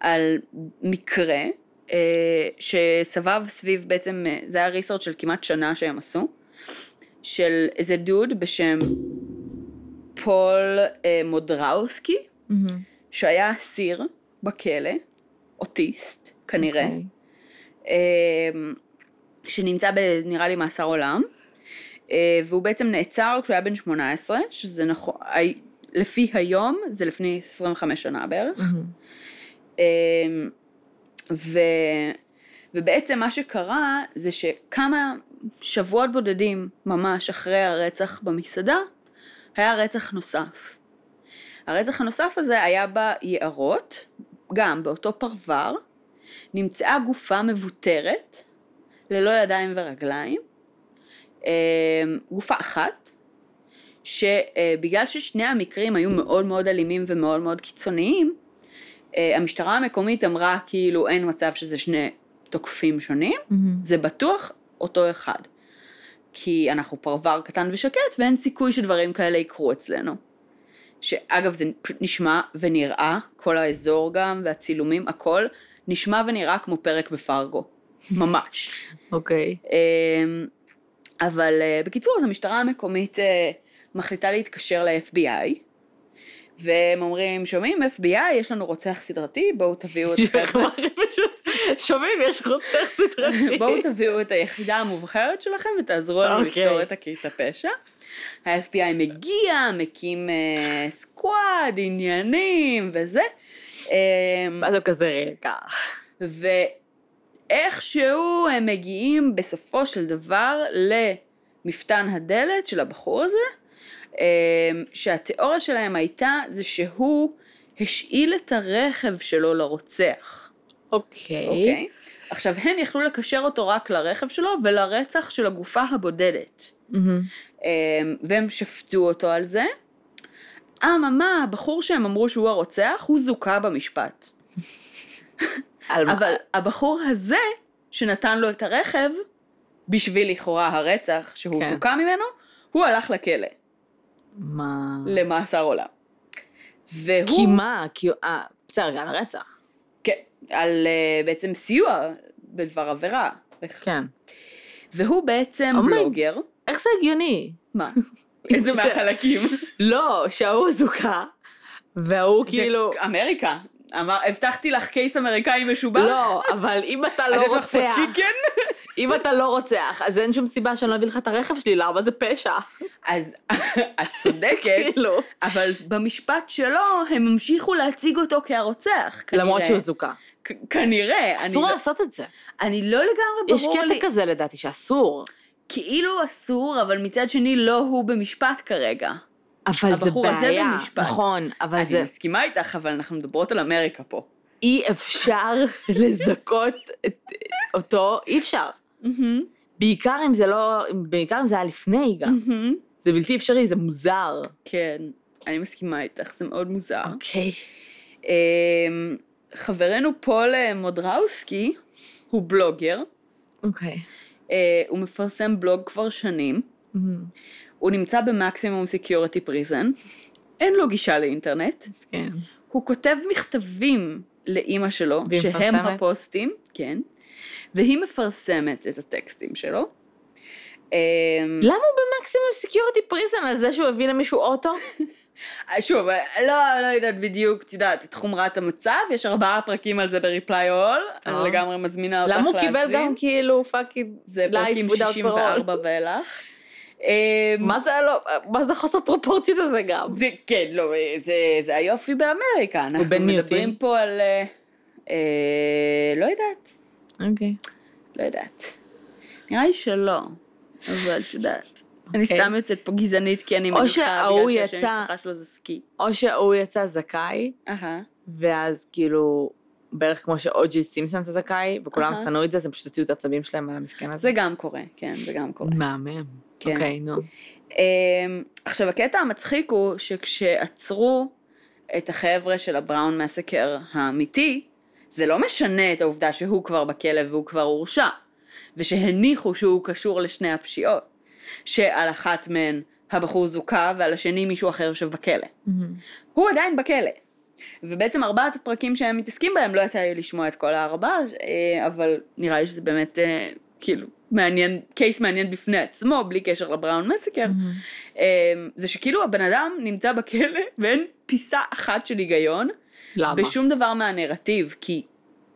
[SPEAKER 1] על מקרה אה, שסבב סביב בעצם, אה, זה היה ריסרצ' של כמעט שנה שהם עשו, של איזה דוד בשם פול אה, מודראוסקי,
[SPEAKER 2] מהמם.
[SPEAKER 1] שהיה אסיר בכלא, אוטיסט כנראה.
[SPEAKER 2] אוקיי.
[SPEAKER 1] אמ, שנמצא בנראה לי מאסר עולם, אה, והוא בעצם נעצר כשהוא היה בן 18, שזה נכון, הי- לפי היום זה לפני 25 שנה בערך,
[SPEAKER 2] מהמם.
[SPEAKER 1] אמ, ו, ובעצם מה שקרה זה שכמה שבועות בודדים ממש אחרי הרצח במסעדה, היה רצח נוסף. הרצח הנוסף הזה היה ביערות, גם באותו פרבר, נמצאה גופה מבוטרת, ללא ידיים ורגליים, אמ, גופה אחת, שבגלל ששני המקרים היו מאוד מאוד אלימים ומאוד מאוד קיצוניים, אה, המשטרה המקומית אמרה כאילו אין מצב שזה שני תוקפים שונים,
[SPEAKER 2] מהמם.
[SPEAKER 1] זה בטוח אותו אחד. כי אנחנו פרבר קטן ושקט ואין סיכוי שדברים כאלה יקרו אצלנו. שאגב זה פשוט נשמע ונראה, כל האזור גם והצילומים הכל, נשמע ונראה כמו פרק בפרגו. [laughs] ממש.
[SPEAKER 2] אוקיי.
[SPEAKER 1] אמ, אבל אה, בקיצור, אז המשטרה המקומית אה, מחליטה להתקשר ל-FBI, והם אומרים, שומעים, FBI, יש לנו רוצח סדרתי, בואו
[SPEAKER 2] [laughs]
[SPEAKER 1] תביאו את החבר'ה,
[SPEAKER 2] פשוט שומעים, יש רוצח
[SPEAKER 1] [laughs]
[SPEAKER 2] סדרתי.
[SPEAKER 1] בואו תביאו את היחידה המובחרת שלכם ותעזרו לנו
[SPEAKER 2] אוקיי.
[SPEAKER 1] לפתור את הכ- את הפשע. ה-FBI מגיע, מקים אה, סקוואד, עניינים וזה. אמ,
[SPEAKER 2] ואז הוא כזה רגע.
[SPEAKER 1] ואיכשהו הם מגיעים בסופו של דבר למפתן הדלת של הבחור הזה, אמ, שהתיאוריה שלהם הייתה זה שהוא השאיל את הרכב שלו לרוצח,
[SPEAKER 2] אוקיי.
[SPEAKER 1] אוקיי? עכשיו הם יכלו לקשר אותו רק לרכב שלו ולרצח של הגופה הבודדת,
[SPEAKER 2] מהמם.
[SPEAKER 1] אמ, והם שפטו אותו על זה. אממה, הבחור שהם אמרו שהוא הרוצח, הוא זוכה במשפט.
[SPEAKER 2] על מה?
[SPEAKER 1] אבל הבחור הזה, שנתן לו את הרכב, בשביל לכאורה הרצח שהוא
[SPEAKER 2] כן.
[SPEAKER 1] זוכה ממנו, הוא הלך לכלא,
[SPEAKER 2] מה?
[SPEAKER 1] למאסר עולם. והוא...
[SPEAKER 2] כי מה? כי... אה, בסדר, על הרצח.
[SPEAKER 1] כן, על אה, בעצם סיוע בדבר עבירה.
[SPEAKER 2] כן.
[SPEAKER 1] והוא בעצם
[SPEAKER 2] Oh my-
[SPEAKER 1] בלוגר.
[SPEAKER 2] איך זה הגיוני?
[SPEAKER 1] מה? [laughs] איזה
[SPEAKER 2] ש-
[SPEAKER 1] מהחלקים?
[SPEAKER 2] לא, שההוא זוכה, וההוא כאילו...
[SPEAKER 1] זה אמריקה. אמר, הבטחתי לך קייס אמריקאי משובח?
[SPEAKER 2] לא, אבל אם [laughs] אתה
[SPEAKER 1] אז
[SPEAKER 2] לא
[SPEAKER 1] יש לך פה
[SPEAKER 2] רוצח,
[SPEAKER 1] צ'יקן?
[SPEAKER 2] אם אתה לא רוצח, אז אין שום סיבה שאני לא אביא לך את הרכב שלי, למה זה פשע?
[SPEAKER 1] אז [laughs] את צודקת,
[SPEAKER 2] [laughs] כאילו.
[SPEAKER 1] אבל במשפט שלו הם המשיכו להציג אותו כהרוצח. כנראה.
[SPEAKER 2] למרות שהוא זוכה.
[SPEAKER 1] כ- כנראה, אני
[SPEAKER 2] אסור
[SPEAKER 1] לא,
[SPEAKER 2] לעשות את זה.
[SPEAKER 1] אני לא לגמרי
[SPEAKER 2] יש
[SPEAKER 1] ברור לי,
[SPEAKER 2] קטע כזה לדעתי שאסור.
[SPEAKER 1] כאילו אסור, אבל מצד שני לא הוא במשפט כרגע.
[SPEAKER 2] אבל זה
[SPEAKER 1] הבחור הזה
[SPEAKER 2] בעיה.
[SPEAKER 1] במשפט.
[SPEAKER 2] נכון, אבל
[SPEAKER 1] אני
[SPEAKER 2] זה...
[SPEAKER 1] מסכימה איתך, אבל אנחנו מדברות על אמריקה פה.
[SPEAKER 2] אי אפשר [laughs] לזכות את אותו, אי אפשר. בעיקר אם זה לא, בעיקר אם זה היה לפני גם.
[SPEAKER 1] מהמם.
[SPEAKER 2] זה בלתי אפשרי, זה מוזר.
[SPEAKER 1] כן, אני מסכימה איתך, זה מאוד מוזר.
[SPEAKER 2] אוקיי.
[SPEAKER 1] אמ, חברנו פול אה, מודרסקי הוא בלוגר,
[SPEAKER 2] אוקיי.
[SPEAKER 1] אה, הוא מפרסם בלוג כבר שנים,
[SPEAKER 2] מהמם.
[SPEAKER 1] הוא נמצא במקסימום סקיורטי פריזן, אין לו גישה לאינטרנט,
[SPEAKER 2] מסכן.
[SPEAKER 1] הוא כותב מכתבים לאימא שלו,
[SPEAKER 2] והיא
[SPEAKER 1] שהם
[SPEAKER 2] מפרסמת?
[SPEAKER 1] הפוסטים, כן, והיא מפרסמת את הטקסטים שלו. אמ,
[SPEAKER 2] למה הוא במקסימום סקיורטי פריזם על זה שהוא הביא למישהו אוטו?
[SPEAKER 1] שוב, לא, לא יודעת בדיוק, את יודעת, את חומרת המצב, יש ארבעה פרקים על זה ב-reply all,
[SPEAKER 2] אה.
[SPEAKER 1] אני לגמרי מזמינה אותך
[SPEAKER 2] למה
[SPEAKER 1] להאזין.
[SPEAKER 2] הוא קיבל גם כאילו פאקינג...
[SPEAKER 1] זה
[SPEAKER 2] Life
[SPEAKER 1] פרקים
[SPEAKER 2] without
[SPEAKER 1] 64 ואילך. אה,
[SPEAKER 2] מה זה הלא... מה זה חוסר פרופורציות הזה גם?
[SPEAKER 1] זה, כן, לא, אה, זה, זה היופי באמריקה. אנחנו
[SPEAKER 2] בן מיעוטים?
[SPEAKER 1] מדברים פה על... אה, אה, לא יודעת,
[SPEAKER 2] אוקיי.
[SPEAKER 1] לא יודעת. נראה לי שלא, אבל את יודעת. אני
[SPEAKER 2] אוקיי.
[SPEAKER 1] סתם יוצאת פה גזענית, כי אני
[SPEAKER 2] או
[SPEAKER 1] מניחה
[SPEAKER 2] שההוא
[SPEAKER 1] בגלל שהשם
[SPEAKER 2] יצא-
[SPEAKER 1] משפחה שלו זה סקי.
[SPEAKER 2] או שהוא יצא זכאי,
[SPEAKER 1] אהה.
[SPEAKER 2] ואז כאילו... בערך כמו שאוג'י סימפסון זה זכאי, וכולם
[SPEAKER 1] אהה.
[SPEAKER 2] שנאו את זה, אז הם פשוט הוציאו את העצבים שלהם על המסכן הזה.
[SPEAKER 1] זה גם קורה, כן, זה גם קורה.
[SPEAKER 2] מהמם.
[SPEAKER 1] כן.
[SPEAKER 2] אוקיי, נו.
[SPEAKER 1] אמ, עכשיו, הקטע המצחיק הוא שכשעצרו את החבר'ה של הבראון מסקר האמיתי, זה לא משנה את העובדה שהוא כבר בכלא והוא כבר הורשע, ושהניחו שהוא קשור לשני הפשיעות, שעל אחת מהן הבחור זוכה ועל השני מישהו אחר יושב בכלא.
[SPEAKER 2] מהמם.
[SPEAKER 1] הוא עדיין בכלא. ובעצם ארבעת הפרקים שהם מתעסקים בהם, לא יצא לי לשמוע את כל הארבעה, אה, אבל נראה לי שזה באמת, אה, כאילו, מעניין, קייס מעניין בפני עצמו, בלי קשר לבראון מסקר.
[SPEAKER 2] מהמם.
[SPEAKER 1] אמ, זה שכאילו הבן אדם נמצא בכלא ואין פיסה אחת של היגיון
[SPEAKER 2] למה?
[SPEAKER 1] בשום דבר מהנרטיב, כי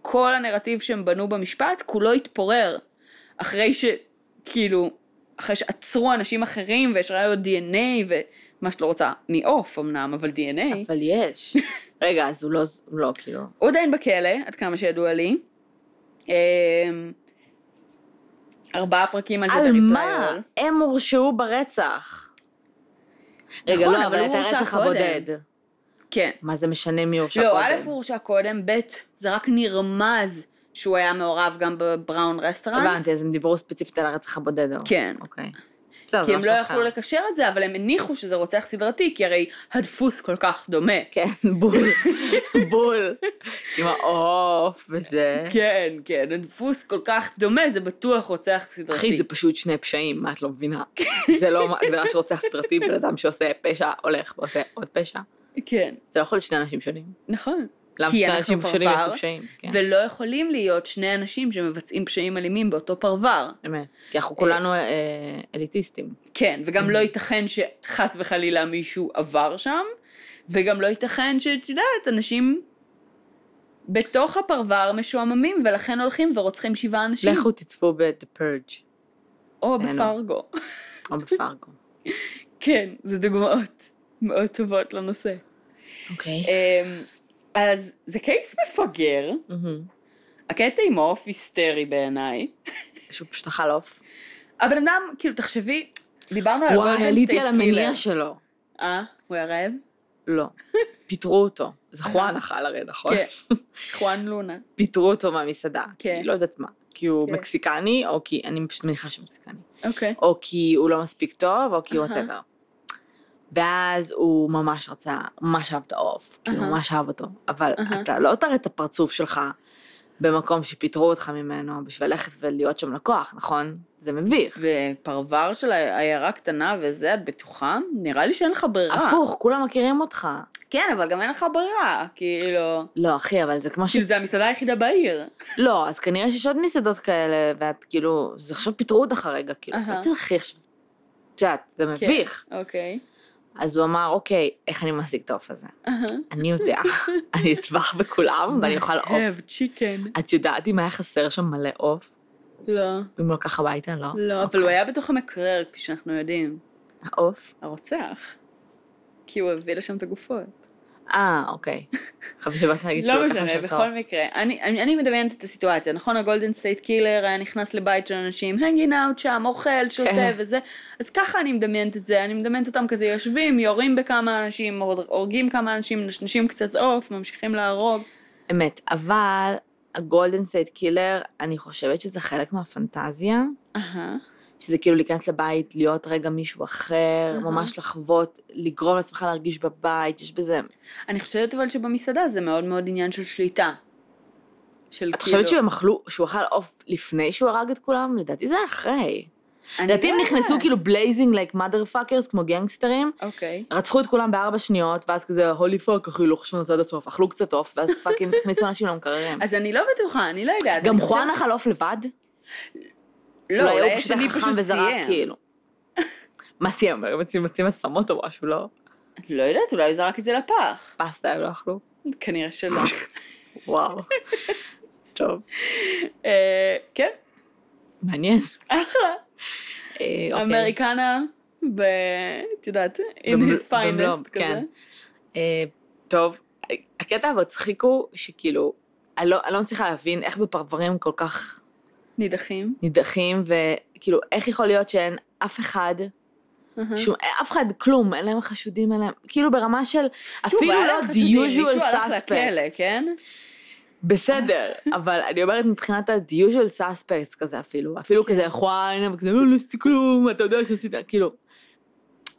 [SPEAKER 1] כל הנרטיב שהם בנו במשפט כולו התפורר אחרי שכאילו, אחרי שעצרו אנשים אחרים ויש ראיות DNA ומה שאת לא רוצה, מעוף אמנם, אבל DNA.
[SPEAKER 2] אבל
[SPEAKER 1] [laughs]
[SPEAKER 2] יש. רגע, אז הוא לא, הוא לא כאילו...
[SPEAKER 1] הוא עדיין בכלא, עד כמה שידוע לי. אמ, ארבעה פרקים על זה
[SPEAKER 2] על
[SPEAKER 1] ב-Reply
[SPEAKER 2] מה
[SPEAKER 1] All.
[SPEAKER 2] הם הורשעו ברצח? רגע,
[SPEAKER 1] נכון, אבל
[SPEAKER 2] לא, אבל
[SPEAKER 1] הוא
[SPEAKER 2] את
[SPEAKER 1] הורשע
[SPEAKER 2] הרצח
[SPEAKER 1] קודם.
[SPEAKER 2] הבודד.
[SPEAKER 1] כן.
[SPEAKER 2] מה זה משנה מי הורשע
[SPEAKER 1] לא,
[SPEAKER 2] קודם?
[SPEAKER 1] א' הוא הורשע קודם, ב' זה רק נרמז שהוא היה מעורב גם בבראון רסטרנט.
[SPEAKER 2] הבנתי, אז הם דיברו ספציפית על הרצח הבודד. או-
[SPEAKER 1] כן.
[SPEAKER 2] אוקיי. בסדר,
[SPEAKER 1] כי
[SPEAKER 2] זה
[SPEAKER 1] הם לא
[SPEAKER 2] משהו אחר.
[SPEAKER 1] יכלו לקשר את זה, אבל הם הניחו שזה רוצח סדרתי, כי הרי הדפוס כל כך דומה.
[SPEAKER 2] כן,
[SPEAKER 1] [laughs]
[SPEAKER 2] בול. בול. עם העוף וזה.
[SPEAKER 1] כן, כן, הדפוס כל כך דומה, זה בטוח רוצח סדרתי.
[SPEAKER 2] אחי, זה פשוט שני פשעים, מה את לא מבינה?
[SPEAKER 1] [laughs]
[SPEAKER 2] זה לא הגדרה של רוצח סדרתי, בן אדם שעושה פשע, הולך ועושה עוד פשע.
[SPEAKER 1] כן,
[SPEAKER 2] זה לא יכול להיות שני אנשים שונים.
[SPEAKER 1] נכון.
[SPEAKER 2] למה
[SPEAKER 1] כי
[SPEAKER 2] שני
[SPEAKER 1] אנחנו
[SPEAKER 2] אנשים
[SPEAKER 1] פרפר,
[SPEAKER 2] שונים יעשו פשעים? כן.
[SPEAKER 1] ולא יכולים להיות שני אנשים שמבצעים פשעים אלימים באותו פרבר.
[SPEAKER 2] אמת, כי אנחנו כולנו אה, אליטיסטים.
[SPEAKER 1] כן, וגם
[SPEAKER 2] Mhm.
[SPEAKER 1] לא ייתכן שחס וחלילה מישהו עבר שם, וגם לא ייתכן שאת יודעת, אנשים בתוך הפרבר משועממים, ולכן הולכים ורוצחים שבעה אנשים.
[SPEAKER 2] לכו אה, תצפו ב-The Purge,
[SPEAKER 1] או
[SPEAKER 2] תהנו.
[SPEAKER 1] בפרגו.
[SPEAKER 2] או בפרגו.
[SPEAKER 1] [laughs] כן, זה דוגמאות מאוד טובות לנושא.
[SPEAKER 2] אוקיי.
[SPEAKER 1] אמ, אז זה קייס מפגר, הקטע עם העוף היסטרי בעיניי.
[SPEAKER 2] שהוא פשוט
[SPEAKER 1] [laughs]
[SPEAKER 2] אכל עוף.
[SPEAKER 1] הבן אדם, כאילו, תחשבי, דיברנו על...
[SPEAKER 2] וואי,
[SPEAKER 1] גולדן
[SPEAKER 2] עליתי
[SPEAKER 1] סטייט
[SPEAKER 2] על המניע
[SPEAKER 1] קילר.
[SPEAKER 2] שלו.
[SPEAKER 1] אה, הוא היה רעב?
[SPEAKER 2] לא. פיטרו אותו. זה חואן אכל הרי, נכון?
[SPEAKER 1] אה. כן. חואן לונה.
[SPEAKER 2] פיטרו אותו מהמסעדה.
[SPEAKER 1] כן.
[SPEAKER 2] כי לא יודעת מה. כי הוא
[SPEAKER 1] כן.
[SPEAKER 2] מקסיקני, או כי... אני פשוט מניחה שהוא מקסיקני.
[SPEAKER 1] אוקיי.
[SPEAKER 2] או כי הוא לא מספיק טוב, או כי
[SPEAKER 1] אהה.
[SPEAKER 2] וואטאבר. ואז הוא ממש רצה, ממש אהב את העוף, כאילו
[SPEAKER 1] אהה.
[SPEAKER 2] ממש אהב אותו, אבל
[SPEAKER 1] אהה.
[SPEAKER 2] אתה לא תראה את הפרצוף שלך במקום שפיטרו אותך ממנו בשביל ללכת ולהיות שם לקוח, נכון? זה מביך.
[SPEAKER 1] ופרבר של עיירה קטנה וזה, את בטוחה? נראה לי שאין לך ברירה.
[SPEAKER 2] הפוך, כולם מכירים אותך.
[SPEAKER 1] כן, אבל גם אין לך ברירה, כאילו...
[SPEAKER 2] לא, אחי, אבל זה כמו ש...
[SPEAKER 1] כאילו, זה המסעדה היחידה בעיר.
[SPEAKER 2] לא, אז כנראה שיש עוד מסעדות כאלה, ואת כאילו, זה עכשיו פיטרו אותך רגע, כאילו,
[SPEAKER 1] אהה. כן.
[SPEAKER 2] אל תלכי עכשיו. את יודעת, זה מביך.
[SPEAKER 1] אוקיי.
[SPEAKER 2] אז הוא אמר, אוקיי, איך אני מעסיק את העוף הזה?
[SPEAKER 1] אהה.
[SPEAKER 2] אני
[SPEAKER 1] [laughs]
[SPEAKER 2] יודע, אני אטבח בכולם, ואני אוכל
[SPEAKER 1] Must
[SPEAKER 2] עוף.
[SPEAKER 1] have chicken.
[SPEAKER 2] את יודעת אם היה חסר שם מלא עוף?
[SPEAKER 1] לא,
[SPEAKER 2] אם הוא לקח הביתה, לא?
[SPEAKER 1] לא, אבל
[SPEAKER 2] אוקיי.
[SPEAKER 1] הוא היה בתוך המקרר, כפי שאנחנו יודעים.
[SPEAKER 2] העוף?
[SPEAKER 1] הרוצח. כי הוא הביא לשם את הגופות. אה,
[SPEAKER 2] אה,
[SPEAKER 1] [laughs]
[SPEAKER 2] אוקיי. חשבתי שבאת להגיד שהוא
[SPEAKER 1] לא
[SPEAKER 2] לקח משהו
[SPEAKER 1] משנה,
[SPEAKER 2] את
[SPEAKER 1] בכל מקרה. אני- אני אני מדמיינת את הסיטואציה, נכון? הגולדן סטייט קילר היה נכנס לבית של אנשים, הנגין אאוט שם, אוכל, שותה
[SPEAKER 2] כן.
[SPEAKER 1] וזה. אז ככה אני מדמיינת את זה, אני מדמיינת אותם כזה יושבים, יורים בכמה אנשים, הור- הורגים כמה אנשים, נשנשים קצת עוף, ממשיכים להרוג.
[SPEAKER 2] אמת, אבל הגולדן סטייט קילר, אני חושבת שזה חלק מהפנטזיה,
[SPEAKER 1] אהה.
[SPEAKER 2] שזה כאילו להיכנס לבית, להיות רגע מישהו אחר,
[SPEAKER 1] אהה.
[SPEAKER 2] ממש לחוות, לגרום לעצמך להרגיש בבית, יש בזה...
[SPEAKER 1] אני חושבת אבל שבמסעדה זה מאוד מאוד עניין של שליטה. של כאילו-
[SPEAKER 2] את חושבת שהם אכלו, שהוא אכל עוף לפני שהוא הרג את כולם? לדעתי זה היה אחרי.
[SPEAKER 1] אני
[SPEAKER 2] לדעתי הם
[SPEAKER 1] לא
[SPEAKER 2] נכנסו
[SPEAKER 1] יודעת.
[SPEAKER 2] כאילו בלייזינג לייק mother fuckers, כמו גנגסטרים,
[SPEAKER 1] אוקיי.
[SPEAKER 2] רצחו את כולם בארבע שניות, ואז כזה, הולי פאק, אחי, לא חשבנו לצד הסוף, אכלו קצת עוף, ואז פאקינג הכניסו אנשים למקררים.
[SPEAKER 1] אז אני לא בטוחה, אני לא יודעת.
[SPEAKER 2] גם
[SPEAKER 1] אני חושבת-
[SPEAKER 2] חואן אכל עוף לבד?
[SPEAKER 1] לא,
[SPEAKER 2] אולי
[SPEAKER 1] אולי
[SPEAKER 2] הוא פשוט
[SPEAKER 1] השני
[SPEAKER 2] היה חכם
[SPEAKER 1] פשוט
[SPEAKER 2] וזרק
[SPEAKER 1] סיים.
[SPEAKER 2] כאילו. מה סיים? היו מוצאים מוצאים עצמות או משהו, לא?
[SPEAKER 1] לא יודעת, אולי הוא זרק את זה לפח.
[SPEAKER 2] פסטה הם לא אכלו?
[SPEAKER 1] כנראה שלא. [laughs]
[SPEAKER 2] וואו. טוב.
[SPEAKER 1] אה, כן,
[SPEAKER 2] מעניין.
[SPEAKER 1] אחלה.
[SPEAKER 2] אה, אוקיי.
[SPEAKER 1] אמריקנה, ב... את יודעת, in
[SPEAKER 2] במל-
[SPEAKER 1] his
[SPEAKER 2] במלוא,
[SPEAKER 1] finest כזה.
[SPEAKER 2] כן. אה, טוב. הקטע המצחיק הוא שכאילו, אני לא אני לא מצליחה להבין איך בפרברים כל כך
[SPEAKER 1] נידחים.
[SPEAKER 2] נידחים, וכאילו, איך יכול להיות שאין אף אחד,
[SPEAKER 1] אהה.
[SPEAKER 2] שום, אף אחד, כלום, אין להם חשודים, אין להם, כאילו ברמה של,
[SPEAKER 1] שוב,
[SPEAKER 2] אפילו
[SPEAKER 1] היה
[SPEAKER 2] לא
[SPEAKER 1] להם
[SPEAKER 2] the
[SPEAKER 1] חשודים,
[SPEAKER 2] usual
[SPEAKER 1] מישהו הלך לכלא,
[SPEAKER 2] suspect.
[SPEAKER 1] כן? [laughs]
[SPEAKER 2] בסדר, אבל אני אומרת מבחינת ה-usual suspects כזה אפילו, אפילו
[SPEAKER 1] כן.
[SPEAKER 2] כזה חואן, וכזה לא, לא עשיתי כלום, אתה יודע שעשית, כאילו.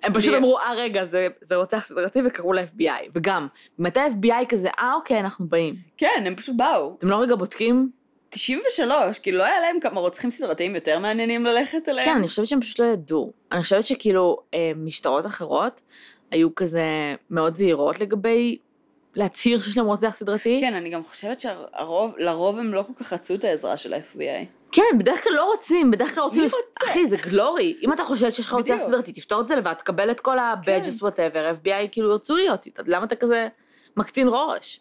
[SPEAKER 2] הם פשוט
[SPEAKER 1] בדיוק.
[SPEAKER 2] אמרו, אה רגע, זה- זה רוצח סדרתי וקראו ל-FBI, וגם, מתי ה-FBI כזה, אה אוקיי, אנחנו באים.
[SPEAKER 1] כן, הם פשוט באו.
[SPEAKER 2] אתם לא רגע בודקים?
[SPEAKER 1] 93, כאילו לא היה להם כמה רוצחים סדרתיים יותר מעניינים ללכת אליהם.
[SPEAKER 2] כן, אני חושבת שהם פשוט לא ידעו. אני חושבת שכאילו אה, משטרות אחרות היו כזה מאוד זהירות לגבי להצהיר שיש להם רוצח סדרתי.
[SPEAKER 1] כן, אני גם חושבת שלרוב הם לא כל כך רצו את העזרה של ה-FBI.
[SPEAKER 2] כן, בדרך כלל לא רוצים, בדרך כלל רוצים...
[SPEAKER 1] מי
[SPEAKER 2] לפ- אחי, זה גלורי. אם אתה חושד שיש לך רוצח
[SPEAKER 1] בדיוק. כן.
[SPEAKER 2] סדרתי, תפתור את זה לבד, תקבל את כל ה-badges whatever, FBI כאילו ירצו להיות איתה, למה אתה כזה מקטין ראש?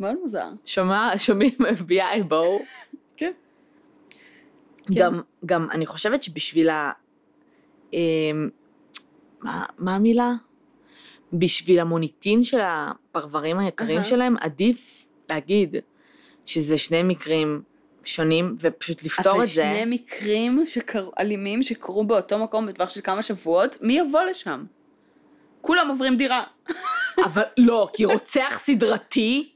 [SPEAKER 1] מאוד מוזר.
[SPEAKER 2] שומע, שומעים [laughs] FBI, בואו.
[SPEAKER 1] כן.
[SPEAKER 2] גם, גם אני חושבת שבשביל ה... אמ, מה, מה המילה? בשביל המוניטין של הפרברים היקרים
[SPEAKER 1] אהה.
[SPEAKER 2] שלהם, עדיף להגיד שזה שני מקרים שונים, ופשוט לפתור את זה.
[SPEAKER 1] אבל שני מקרים שקר... אלימים שקרו באותו מקום בטווח של כמה שבועות, מי יבוא לשם? כולם עוברים דירה.
[SPEAKER 2] [laughs] אבל לא, כי רוצח
[SPEAKER 1] [laughs]
[SPEAKER 2] סדרתי,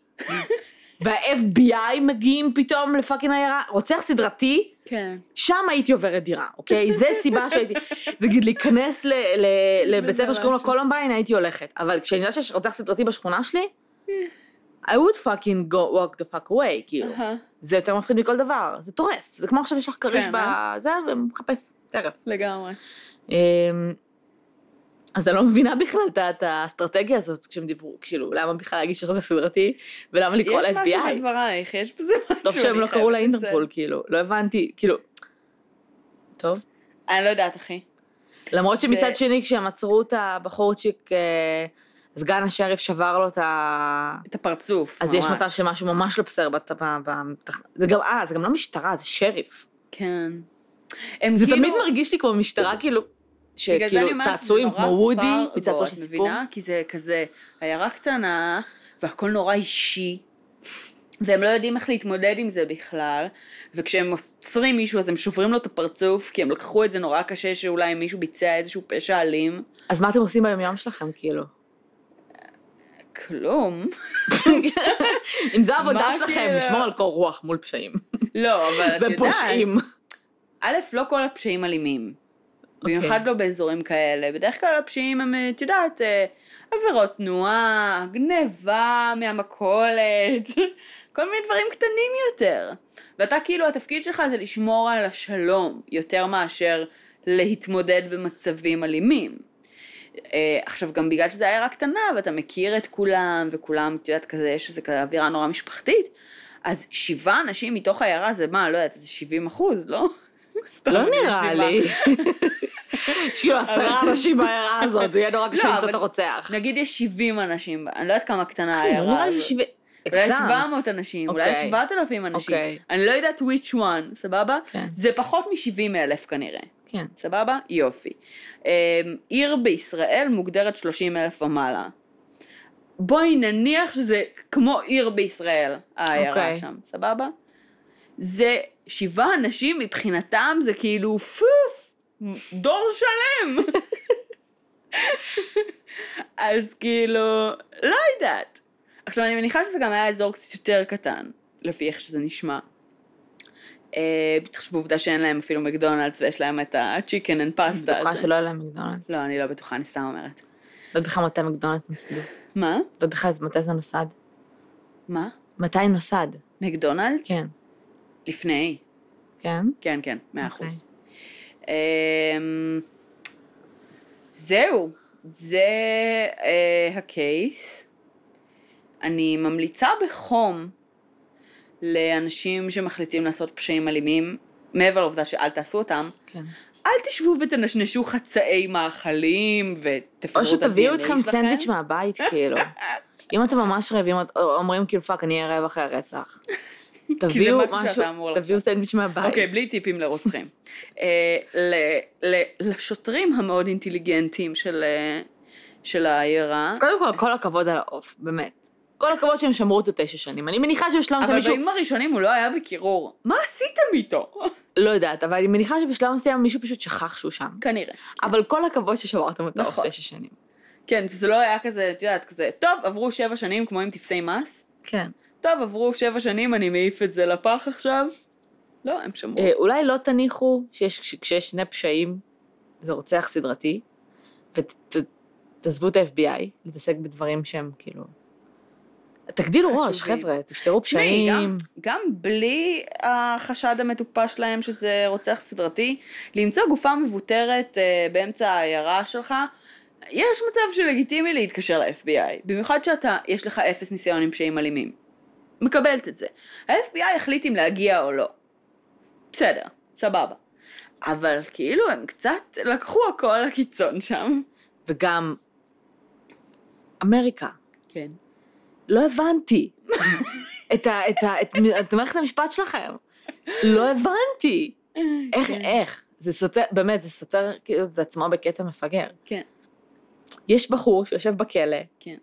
[SPEAKER 2] וה-FBI מגיעים פתאום לפאקינג עיירה, רוצח סדרתי,
[SPEAKER 1] כן.
[SPEAKER 2] שם הייתי עוברת דירה, אוקיי? זה סיבה שהייתי... נגיד, להיכנס ל- ל- לבית
[SPEAKER 1] בזה
[SPEAKER 2] ספר שקוראים לו
[SPEAKER 1] משהו.
[SPEAKER 2] קולומביין, הייתי הולכת. אבל כשאני יודעת שיש רוצח סדרתי בשכונה שלי, I would fucking go walk the fuck away, כאילו.
[SPEAKER 1] אהה,
[SPEAKER 2] זה יותר מפחיד מכל דבר, זה טורף. זה כמו עכשיו יש לך כריש
[SPEAKER 1] כן,
[SPEAKER 2] בזה, ומחפש, טרף.
[SPEAKER 1] לגמרי.
[SPEAKER 2] אמ, אז אני לא מבינה בכלל את ה- את האסטרטגיה הזאת כשהם דיברו, כאילו, למה בכלל להגיש שזה סדרתי, ולמה לקרוא
[SPEAKER 1] יש משהו
[SPEAKER 2] ל-FBI.
[SPEAKER 1] בדברייך, יש בזה משהו.
[SPEAKER 2] טוב שהם
[SPEAKER 1] אני
[SPEAKER 2] לא
[SPEAKER 1] חייבת
[SPEAKER 2] קראו
[SPEAKER 1] את
[SPEAKER 2] לאינטרפול, כאילו, לא הבנתי, כאילו... טוב.
[SPEAKER 1] זה. אני לא יודעת, אחי.
[SPEAKER 2] למרות
[SPEAKER 1] זה-
[SPEAKER 2] שמצד שני, כשהם עצרו את הבחורצ'יק, אה, סגן השריף שבר לו את ה...
[SPEAKER 1] את הפרצוף.
[SPEAKER 2] אז יש
[SPEAKER 1] ממש.
[SPEAKER 2] מצב שמשהו ממש לא בסדר בת- ב- ב- זה גם, אה, זה גם לא משטרה, זה שריף.
[SPEAKER 1] כן. הם
[SPEAKER 2] זה
[SPEAKER 1] כאילו...
[SPEAKER 2] תמיד מרגיש לי כמו משטרה, כאילו,
[SPEAKER 1] בגלל זה אני
[SPEAKER 2] שכאילו
[SPEAKER 1] אומרת, זה
[SPEAKER 2] צעצועים
[SPEAKER 1] נורא
[SPEAKER 2] כמו וודי,
[SPEAKER 1] פאר בו,
[SPEAKER 2] מצעצוע של
[SPEAKER 1] את
[SPEAKER 2] סיפור.
[SPEAKER 1] מבינה? כי זה כזה עיירה קטנה, והכל נורא אישי, והם לא יודעים איך להתמודד עם זה בכלל, וכשהם עוצרים מישהו אז הם שוברים לו את הפרצוף, כי הם לקחו את זה נורא קשה שאולי מישהו ביצע איזשהו פשע אלים.
[SPEAKER 2] אז מה אתם עושים ביומיום שלכם, כאילו? [laughs]
[SPEAKER 1] כלום.
[SPEAKER 2] אם זו העבודה
[SPEAKER 1] מה,
[SPEAKER 2] שלכם,
[SPEAKER 1] כאילו?
[SPEAKER 2] לשמור על קור רוח מול פשעים.
[SPEAKER 1] לא, אבל את יודעת.
[SPEAKER 2] ופושעים.
[SPEAKER 1] א', לא כל הפשעים אלימים.
[SPEAKER 2] אוקיי.
[SPEAKER 1] במיוחד לא באזורים כאלה. בדרך כלל הפשעים הם, את יודעת, אה, עבירות תנועה, גניבה מהמכולת, [laughs] כל מיני דברים קטנים יותר. ואתה כאילו, התפקיד שלך זה לשמור על השלום יותר מאשר להתמודד במצבים אלימים. אה, עכשיו, גם בגלל שזה עיירה קטנה ואתה מכיר את כולם, וכולם, את יודעת, כזה, יש איזו כזה אווירה נורא משפחתית, אז שבעה אנשים מתוך העיירה זה מה, לא יודעת, זה 70 אחוז, לא? [laughs] סתם,
[SPEAKER 2] לא
[SPEAKER 1] אני
[SPEAKER 2] נראה
[SPEAKER 1] מגזימה.
[SPEAKER 2] לי. [laughs] יש כאילו עשרה
[SPEAKER 1] אבל-
[SPEAKER 2] אנשים בעיירה הזאת, זה יהיה נורא קשה
[SPEAKER 1] לא,
[SPEAKER 2] למצוא
[SPEAKER 1] אבל-
[SPEAKER 2] את הרוצח.
[SPEAKER 1] נגיד יש 70 אנשים, אני לא יודעת כמה קטנה
[SPEAKER 2] כן,
[SPEAKER 1] העיירה
[SPEAKER 2] נראה לי
[SPEAKER 1] הזאת.
[SPEAKER 2] ששבע...
[SPEAKER 1] אולי
[SPEAKER 2] הגזמת.
[SPEAKER 1] 700 אנשים, אולי
[SPEAKER 2] אוקיי.
[SPEAKER 1] 7,000 אנשים.
[SPEAKER 2] אוקיי.
[SPEAKER 1] אני לא יודעת which one, סבבה?
[SPEAKER 2] כן,
[SPEAKER 1] זה פחות מ-70 אלף כנראה,
[SPEAKER 2] כן.
[SPEAKER 1] סבבה? יופי. אמ, עיר בישראל מוגדרת 30 אלף ומעלה. בואי נניח שזה כמו עיר בישראל, העיירה
[SPEAKER 2] אוקיי.
[SPEAKER 1] שם, סבבה? זה שבעה אנשים מבחינתם זה כאילו פוף, דור שלם. אז כאילו, לא יודעת. עכשיו אני מניחה שזה גם היה אזור קצת יותר קטן, לפי איך שזה נשמע. אמ, אה, תחשבו עובדה שאין להם אפילו מקדונלדס ויש להם את הצ'יקן אנד
[SPEAKER 2] אני
[SPEAKER 1] פסטה.
[SPEAKER 2] בטוחה שלא היה להם מקדונלדס.
[SPEAKER 1] לא, אני לא בטוחה, אני סתם אומרת.
[SPEAKER 2] לא יודעת בכלל מתי מקדונלדס נוסדו. לא
[SPEAKER 1] מה?
[SPEAKER 2] יודעת בכלל אז מתי זה נוסד.
[SPEAKER 1] מה?
[SPEAKER 2] מתי נוסד?
[SPEAKER 1] מקדונלדס?
[SPEAKER 2] כן.
[SPEAKER 1] לפני.
[SPEAKER 2] כן?
[SPEAKER 1] כן, כן, מאה
[SPEAKER 2] אוקיי.
[SPEAKER 1] אחוז. אמ, זהו, זה אה, הקייס. אני ממליצה בחום לאנשים שמחליטים לעשות פשעים אלימים, מעבר לעובדה שאל תעשו אותם,
[SPEAKER 2] כן.
[SPEAKER 1] אל תשבו ותנשנשו חצאי מאכלים ותפזרו
[SPEAKER 2] או
[SPEAKER 1] את
[SPEAKER 2] שתביאו
[SPEAKER 1] ה-DNA
[SPEAKER 2] איתכם
[SPEAKER 1] שלכם.
[SPEAKER 2] סנדוויץ' מהבית, כאילו. אם אתם ממש רעבים, את- או- אומרים כאילו פאק, אני אהיה רעב אחרי
[SPEAKER 1] [laughs]
[SPEAKER 2] הרצח. תביאו
[SPEAKER 1] משהו שאתה
[SPEAKER 2] משהו,
[SPEAKER 1] אמור
[SPEAKER 2] תביאו סנדוויץ' מהבית.
[SPEAKER 1] אוקיי, בלי טיפים לרוצחים. אה, ל- ל- לשוטרים המאוד אינטליגנטים של, אה, של העיירה,
[SPEAKER 2] קודם כל, כל הכבוד על העוף, באמת. כל הכבוד שהם שמרו אותו תשע שנים. אני מניחה שבשלב מסוים
[SPEAKER 1] אבל
[SPEAKER 2] מישהו...
[SPEAKER 1] בימים הראשונים הוא לא היה בקירור. מה עשיתם איתו? [laughs]
[SPEAKER 2] לא יודעת, אבל אני מניחה שבשלב מסוים מישהו פשוט שכח שהוא שם.
[SPEAKER 1] כנראה.
[SPEAKER 2] אבל כל הכבוד ששמרתם אותו העוף
[SPEAKER 1] כן. נכון.
[SPEAKER 2] תשע שנים.
[SPEAKER 1] כן, זה לא היה כזה, את יודעת, כזה, טוב, עברו שבע שנים כמו עם טפסי מס.
[SPEAKER 2] כן.
[SPEAKER 1] טוב, עברו שבע שנים, אני מעיף את זה לפח עכשיו. לא, הם שמרו.
[SPEAKER 2] אה, אולי לא תניחו שיש, שכשיש שני פשעים, זה רוצח סדרתי, ותעזבו את ה-FBI, להתעסק בדברים שהם כאילו... תגדילו ראש,
[SPEAKER 1] חשובים.
[SPEAKER 2] חבר'ה, תפתרו
[SPEAKER 1] תשמעי, גם,
[SPEAKER 2] פשעים.
[SPEAKER 1] גם בלי החשד המטופש להם שזה רוצח סדרתי, למצוא גופה מבוטרת אה, באמצע העיירה שלך, יש מצב שלגיטימי להתקשר ל-FBI, במיוחד שאתה, יש לך אפס ניסיון עם פשעים אלימים. מקבלת את זה. ה-FBI החליט אם להגיע או לא. בסדר, סבבה. אבל כאילו הם קצת לקחו הכל לקיצון שם.
[SPEAKER 2] וגם... אמריקה.
[SPEAKER 1] כן.
[SPEAKER 2] לא
[SPEAKER 1] [laughs]
[SPEAKER 2] הבנתי. את, ה, את, ה, את, את מערכת המשפט שלכם. לא הבנתי.
[SPEAKER 1] כן.
[SPEAKER 2] איך, איך? זה סותר, באמת, זה סותר כאילו את עצמו בקטע מפגר.
[SPEAKER 1] כן.
[SPEAKER 2] יש בחור שיושב בכלא,
[SPEAKER 1] כן.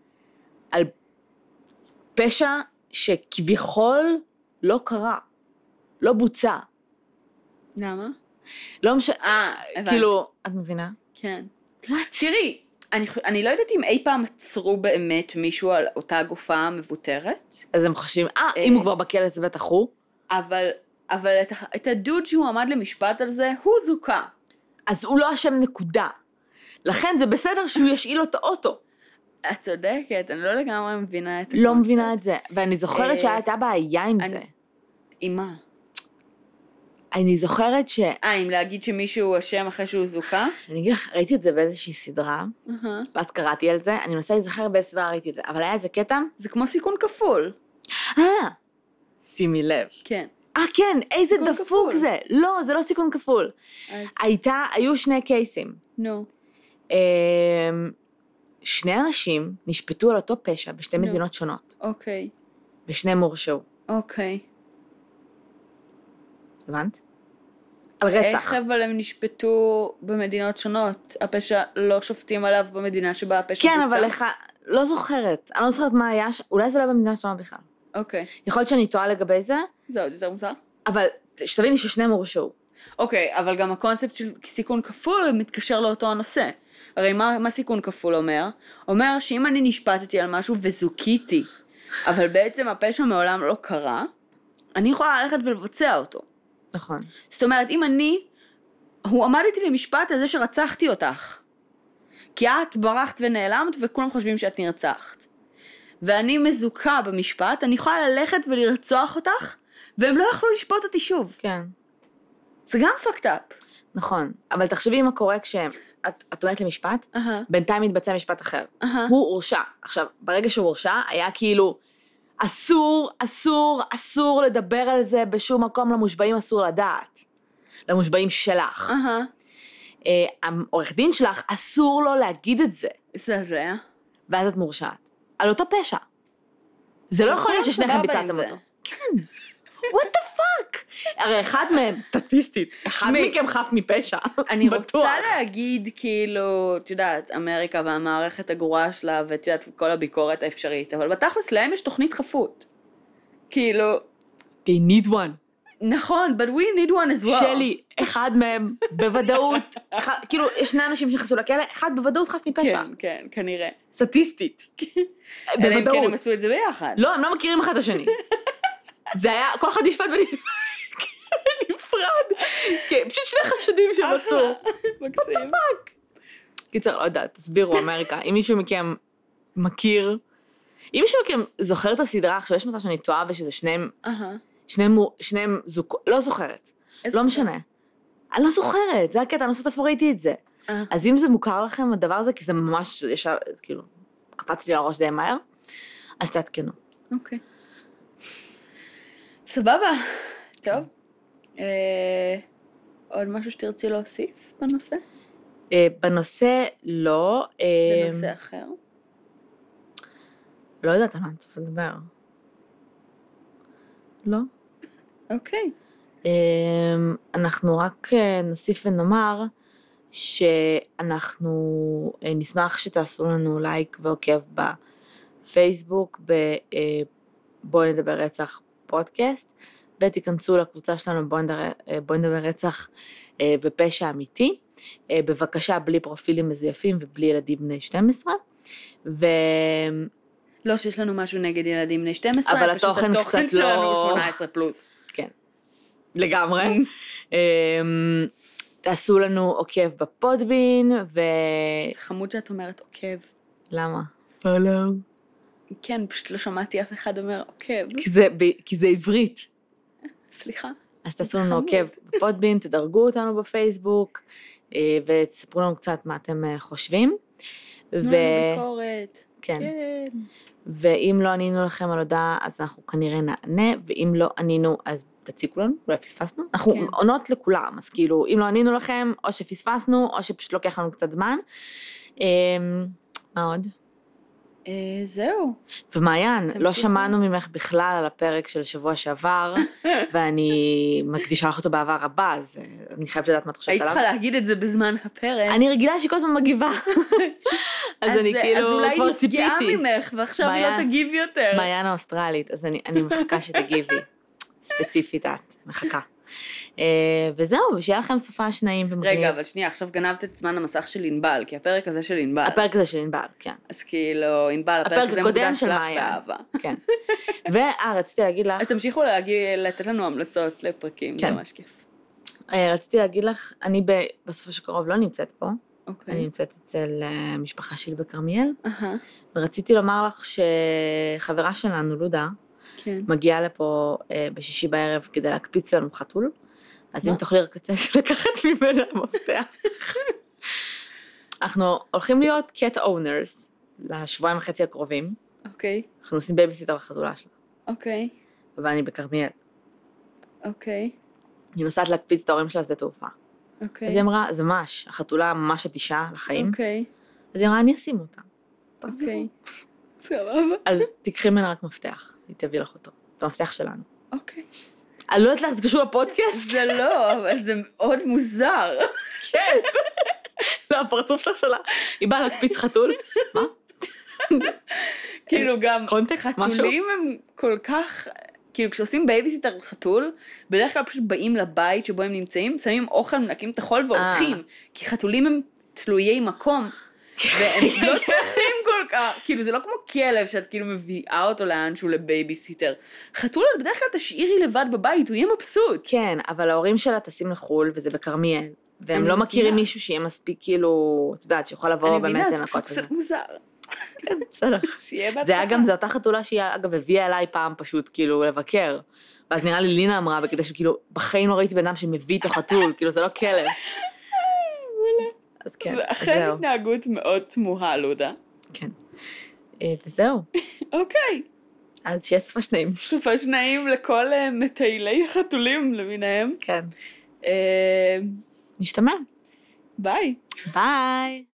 [SPEAKER 2] על פשע שכביכול לא קרה, לא בוצע.
[SPEAKER 1] למה?
[SPEAKER 2] לא משנה,
[SPEAKER 1] אה, הבנתי.
[SPEAKER 2] כאילו, את מבינה?
[SPEAKER 1] כן.
[SPEAKER 2] וואט?
[SPEAKER 1] תראי, אני, חו- אני לא יודעת אם אי פעם עצרו באמת מישהו על אותה גופה מבוטרת,
[SPEAKER 2] אז הם חושבים, אה,
[SPEAKER 1] אה.
[SPEAKER 2] אם הוא כבר בכלא זה בטח הוא.
[SPEAKER 1] אבל, אבל את, ה- את הדוד שהוא עמד למשפט על זה, הוא זוכה.
[SPEAKER 2] אז הוא לא אשם נקודה. לכן זה בסדר שהוא ישאיל לו את האוטו.
[SPEAKER 1] את צודקת, אני לא לגמרי מבינה את
[SPEAKER 2] לא מבינה את זה. ואני זוכרת
[SPEAKER 1] אה,
[SPEAKER 2] שהייתה בעיה עם
[SPEAKER 1] אני-
[SPEAKER 2] זה.
[SPEAKER 1] עם מה?
[SPEAKER 2] אני זוכרת ש...
[SPEAKER 1] אה, אם להגיד שמישהו אשם אחרי שהוא זוכה?
[SPEAKER 2] אני אגיד לך, ראיתי את זה באיזושהי סדרה,
[SPEAKER 1] אהה.
[SPEAKER 2] ואז קראתי על זה, אני מנסה להיזכר באיזה סדרה ראיתי את זה, אבל היה איזה קטע,
[SPEAKER 1] זה כמו סיכון כפול.
[SPEAKER 2] אה, שימי לב.
[SPEAKER 1] כן.
[SPEAKER 2] אה, כן, איזה
[SPEAKER 1] סיכון
[SPEAKER 2] דפוק
[SPEAKER 1] כפול.
[SPEAKER 2] זה. לא, זה לא סיכון כפול.
[SPEAKER 1] אז,
[SPEAKER 2] הייתה, היו שני קייסים.
[SPEAKER 1] נו.
[SPEAKER 2] אמ, שני אנשים נשפטו על אותו פשע בשתי
[SPEAKER 1] נו.
[SPEAKER 2] מדינות שונות,
[SPEAKER 1] אוקיי.
[SPEAKER 2] ושניהם הורשעו.
[SPEAKER 1] אוקיי.
[SPEAKER 2] הבנת? על רצח.
[SPEAKER 1] איך אבל הם נשפטו במדינות שונות? הפשע, לא שופטים עליו במדינה שבה הפשע
[SPEAKER 2] כן,
[SPEAKER 1] בוצע?
[SPEAKER 2] אבל לך, לא זוכרת. אני לא זוכרת מה היה ש... אולי זה לא היה במדינה שונות בכלל.
[SPEAKER 1] אוקיי.
[SPEAKER 2] יכול להיות שאני טועה לגבי זה,
[SPEAKER 1] זה עוד יותר מוזר.
[SPEAKER 2] אבל שתביני ששניהם הורשעו.
[SPEAKER 1] אוקיי, אבל גם הקונספט של סיכון כפול מתקשר לאותו הנושא. הרי מה, מה סיכון כפול אומר? אומר שאם אני נשפטתי על משהו וזוכיתי, אבל בעצם הפשע מעולם לא קרה, אני יכולה ללכת ולבצע אותו.
[SPEAKER 2] נכון.
[SPEAKER 1] זאת אומרת, אם אני הועמדתי למשפט על זה שרצחתי אותך, כי את ברחת ונעלמת וכולם חושבים שאת נרצחת, ואני מזוכה במשפט, אני יכולה ללכת ולרצוח אותך, והם לא יכלו לשפוט אותי שוב.
[SPEAKER 2] כן.
[SPEAKER 1] זה גם fucked up.
[SPEAKER 2] נכון. אבל תחשבי מה קורה כשאת את עומדת למשפט,
[SPEAKER 1] אהה,
[SPEAKER 2] בינתיים מתבצע משפט אחר.
[SPEAKER 1] אהה.
[SPEAKER 2] הוא הורשע. עכשיו, ברגע שהוא הורשע, היה כאילו, אסור, אסור, אסור לדבר על זה בשום מקום, למושבעים אסור לדעת. למושבעים שלך.
[SPEAKER 1] אהה,
[SPEAKER 2] אה, העורך דין שלך, אסור לו להגיד את זה,
[SPEAKER 1] זה הזיה.
[SPEAKER 2] ואז את מורשעת. על אותו פשע. זה לא יכול להיות ששניכם ביצעתם אותו. וואט דה פאק! הרי אחד מהם, סטטיסטית, אחד
[SPEAKER 1] שמי,
[SPEAKER 2] מכם חף מפשע.
[SPEAKER 1] אני
[SPEAKER 2] בטוח.
[SPEAKER 1] רוצה להגיד, כאילו, את יודעת, אמריקה והמערכת הגרועה שלה, ואת יודעת, כל הביקורת האפשרית, אבל בתכלס להם יש תוכנית חפות. כאילו,
[SPEAKER 2] They need one.
[SPEAKER 1] נכון, but we need one as well.
[SPEAKER 2] שלי, אחד מהם, בוודאות, אחד- כאילו, יש שני אנשים שנכנסו לכלא, אחד בוודאות חף מפשע.
[SPEAKER 1] כן, כן, כנראה.
[SPEAKER 2] סטטיסטית.
[SPEAKER 1] אלא אם כן
[SPEAKER 2] בוודאות.
[SPEAKER 1] הם עשו את זה ביחד.
[SPEAKER 2] לא, הם לא מכירים אחד את השני. זה היה, כל אחד נשפט בנפרד. נפרד. כן, פשוט שני חשודים שמצאו.
[SPEAKER 1] [laughs] מקסים.
[SPEAKER 2] קיצר, לא יודעת, תסבירו אמריקה. אם מישהו מכם מכיר, אם מישהו מכם זוכר את הסדרה, עכשיו יש מצב שאני טועה ושזה שניהם,
[SPEAKER 1] אהה.
[SPEAKER 2] שניהם, מו- שניהם זוג, לא זוכרת,
[SPEAKER 1] איזה
[SPEAKER 2] לא
[SPEAKER 1] סרט.
[SPEAKER 2] משנה. אני לא זוכרת, זה הקטע, אני לא זוכרת איפה ראיתי את זה.
[SPEAKER 1] אה.
[SPEAKER 2] אז אם זה מוכר לכם הדבר הזה, כי זה ממש ישר, כאילו, קפץ לי לראש די מהר, אז תעדכנו.
[SPEAKER 1] אוקיי. סבבה. טוב. אה, עוד משהו שתרצי להוסיף בנושא?
[SPEAKER 2] אה, בנושא לא, אה,
[SPEAKER 1] בנושא אחר?
[SPEAKER 2] לא יודעת על מה אני רוצה לדבר. לא.
[SPEAKER 1] אוקיי.
[SPEAKER 2] אמ, אנחנו רק אה, נוסיף ונאמר שאנחנו אה, נשמח שתעשו לנו לייק ועוקב בפייסבוק, ב- אה, בואו נדבר רצח פודקאסט, ותיכנסו לקבוצה שלנו בואו נדבר, אה, בואו נדבר רצח אה, ופשע אמיתי, אה, בבקשה בלי פרופילים מזויפים ובלי ילדים בני 12, ו...
[SPEAKER 1] לא שיש לנו משהו נגד ילדים בני 12,
[SPEAKER 2] אבל
[SPEAKER 1] פשוט
[SPEAKER 2] התוכן קצת
[SPEAKER 1] שלנו
[SPEAKER 2] לא- אה?
[SPEAKER 1] הוא 18 פלוס.
[SPEAKER 2] לגמרי. אמ, תעשו לנו עוקב בפודבין, ו...
[SPEAKER 1] זה חמוד שאת אומרת עוקב.
[SPEAKER 2] למה? פולו.
[SPEAKER 1] כן, פשוט לא שמעתי אף אחד אומר עוקב.
[SPEAKER 2] כי זה, ב- כי זה עברית.
[SPEAKER 1] סליחה.
[SPEAKER 2] אז תעשו
[SPEAKER 1] זה
[SPEAKER 2] לנו
[SPEAKER 1] חמוד.
[SPEAKER 2] עוקב בפודבין, תדרגו אותנו בפייסבוק, אה, ותספרו לנו קצת מה אתם אה, חושבים.
[SPEAKER 1] תנו
[SPEAKER 2] ו...
[SPEAKER 1] לנו ביקורת.
[SPEAKER 2] כן.
[SPEAKER 1] כן.
[SPEAKER 2] ואם לא ענינו לכם על הודעה, אז אנחנו כנראה נענה, ואם לא ענינו, אז תציקו לנו, אולי פספסנו. אנחנו
[SPEAKER 1] כן.
[SPEAKER 2] עונות לכולם, אז כאילו, אם לא ענינו לכם, או שפספסנו, או שפשוט לוקח לנו קצת זמן. אמ, מה עוד?
[SPEAKER 1] אה, זהו.
[SPEAKER 2] ומעיין, לא
[SPEAKER 1] תמשיכו.
[SPEAKER 2] שמענו ממך בכלל על הפרק של
[SPEAKER 1] [laughs]
[SPEAKER 2] שבוע שעבר, ואני מקדישה לך אותו באהבה רבה, אז אה, אני חייבת לדעת מה את חושבת
[SPEAKER 1] היית
[SPEAKER 2] עליו.
[SPEAKER 1] צריכה להגיד את זה בזמן הפרק.
[SPEAKER 2] אני רגילה שהיא כל הזמן
[SPEAKER 1] [laughs]
[SPEAKER 2] מגיבה. אז אני
[SPEAKER 1] אז
[SPEAKER 2] כאילו
[SPEAKER 1] אולי היא
[SPEAKER 2] כבר
[SPEAKER 1] נפגעה
[SPEAKER 2] ציפיתי.
[SPEAKER 1] ממך, ועכשיו היא לא
[SPEAKER 2] מעיין.
[SPEAKER 1] תגיב יותר.
[SPEAKER 2] מעיין האוסטרלית, אז אני, אני
[SPEAKER 1] [laughs]
[SPEAKER 2] מחכה שתגיבי. ספציפית את, מחכה. Uh, וזהו, שיהיה לכם סופה שניים ומגניב.
[SPEAKER 1] רגע, אבל שנייה, עכשיו גנבת את זמן המסך של ענבל, כי הפרק הזה של ענבל.
[SPEAKER 2] הפרק הזה של ענבל, כן,
[SPEAKER 1] אז כאילו, ענבל, הפרק
[SPEAKER 2] הפרק
[SPEAKER 1] הזה
[SPEAKER 2] הקודם
[SPEAKER 1] מוקדש
[SPEAKER 2] של
[SPEAKER 1] לך
[SPEAKER 2] מאיה.
[SPEAKER 1] באהבה. [laughs]
[SPEAKER 2] כן. ואה, רציתי להגיד לך,
[SPEAKER 1] אז תמשיכו להגיע- לתת לנו המלצות לפרקים, זה
[SPEAKER 2] כן.
[SPEAKER 1] ממש כיף.
[SPEAKER 2] אה, רציתי להגיד לך, אני ב, בסופו של קרוב לא נמצאת פה, אני
[SPEAKER 1] אוקיי.
[SPEAKER 2] נמצאת אצל אה, המשפחה שלי בכרמיאל,
[SPEAKER 1] אהה,
[SPEAKER 2] ורציתי לומר לך שחברה שלנו, לודה,
[SPEAKER 1] כן.
[SPEAKER 2] מגיעה לפה אה, בשישי בערב כדי להקפיץ לנו חתול, אז אם
[SPEAKER 1] מה?
[SPEAKER 2] תוכלי רק לצאת [laughs] לקחת ממנה מפתח. אנחנו הולכים להיות cat owners לשבועיים וחצי הקרובים,
[SPEAKER 1] אוקיי,
[SPEAKER 2] אנחנו עושים בייביסיטר לחתולה שלה,
[SPEAKER 1] אוקיי,
[SPEAKER 2] ואני בכרמיאל.
[SPEAKER 1] אוקיי,
[SPEAKER 2] היא נוסעת להקפיץ את ההורים שלה לשדה תעופה.
[SPEAKER 1] אוקיי.
[SPEAKER 2] אז היא אמרה, זה מש, החתולה ממש אדישה לחיים.
[SPEAKER 1] אוקיי,
[SPEAKER 2] אז היא אמרה, אני אשים אותה. תחזירו."
[SPEAKER 1] אוקיי. סבבה.
[SPEAKER 2] אז תיקחי ממנה רק מפתח, היא תביא לך אותו, את המפתח שלנו.
[SPEAKER 1] אוקיי.
[SPEAKER 2] אני לא יודעת לך, זה קשור לפודקאסט? [laughs]
[SPEAKER 1] זה לא, אבל זה מאוד מוזר. [laughs]
[SPEAKER 2] כן. לא, הפרצוף שלך שלה. היא באה
[SPEAKER 1] [laughs]
[SPEAKER 2] להקפיץ חתול. מה?
[SPEAKER 1] כאילו גם
[SPEAKER 2] קונטקסט, משהו?
[SPEAKER 1] חתולים הם כל כך, כאילו כשעושים בייביסיטר חתול, בדרך כלל פשוט באים לבית שבו הם נמצאים, שמים אוכל, מנקים את החול והולכים,
[SPEAKER 2] אה.
[SPEAKER 1] כי חתולים הם תלויי מקום,
[SPEAKER 2] [laughs]
[SPEAKER 1] והם לא צריכים כל כך, כאילו זה לא כמו כלב שאת כאילו מביאה אותו לאנשהו לבייביסיטר. חתול את בדרך כלל תשאירי לבד בבית, הוא יהיה מבסוט.
[SPEAKER 2] כן, אבל ההורים שלה טסים לחו"ל, וזה בכרמיאל.
[SPEAKER 1] אני
[SPEAKER 2] והם
[SPEAKER 1] מבינה.
[SPEAKER 2] לא מכירים מישהו שיהיה מספיק כאילו, את יודעת, שיכול
[SPEAKER 1] אני
[SPEAKER 2] לבוא
[SPEAKER 1] מבינה,
[SPEAKER 2] באמת
[SPEAKER 1] זה פשוט
[SPEAKER 2] לנקות וזה.
[SPEAKER 1] קצת מוזר.
[SPEAKER 2] כן, [laughs] בסדר.
[SPEAKER 1] שיהיה בהצלחה.
[SPEAKER 2] זה היה גם, זו אותה חתולה שהיא אגב הביאה אליי פעם פשוט כאילו לבקר. ואז נראה לי לינה אמרה, וכדי שכאילו, בחיים לא ראיתי בן אדם שמביא איתו חתול, כאילו זה לא
[SPEAKER 1] [laughs]
[SPEAKER 2] כלב. אז כן,
[SPEAKER 1] זה אכן
[SPEAKER 2] זהו.
[SPEAKER 1] התנהגות מאוד תמוהה, לודה.
[SPEAKER 2] כן. אה, וזהו.
[SPEAKER 1] אוקיי.
[SPEAKER 2] אז שיהיה סופה שניים.
[SPEAKER 1] סופה שניים לכל אה, מטיילי החתולים למיניהם.
[SPEAKER 2] כן.
[SPEAKER 1] אה,
[SPEAKER 2] נשתמע.
[SPEAKER 1] ביי.
[SPEAKER 2] ביי.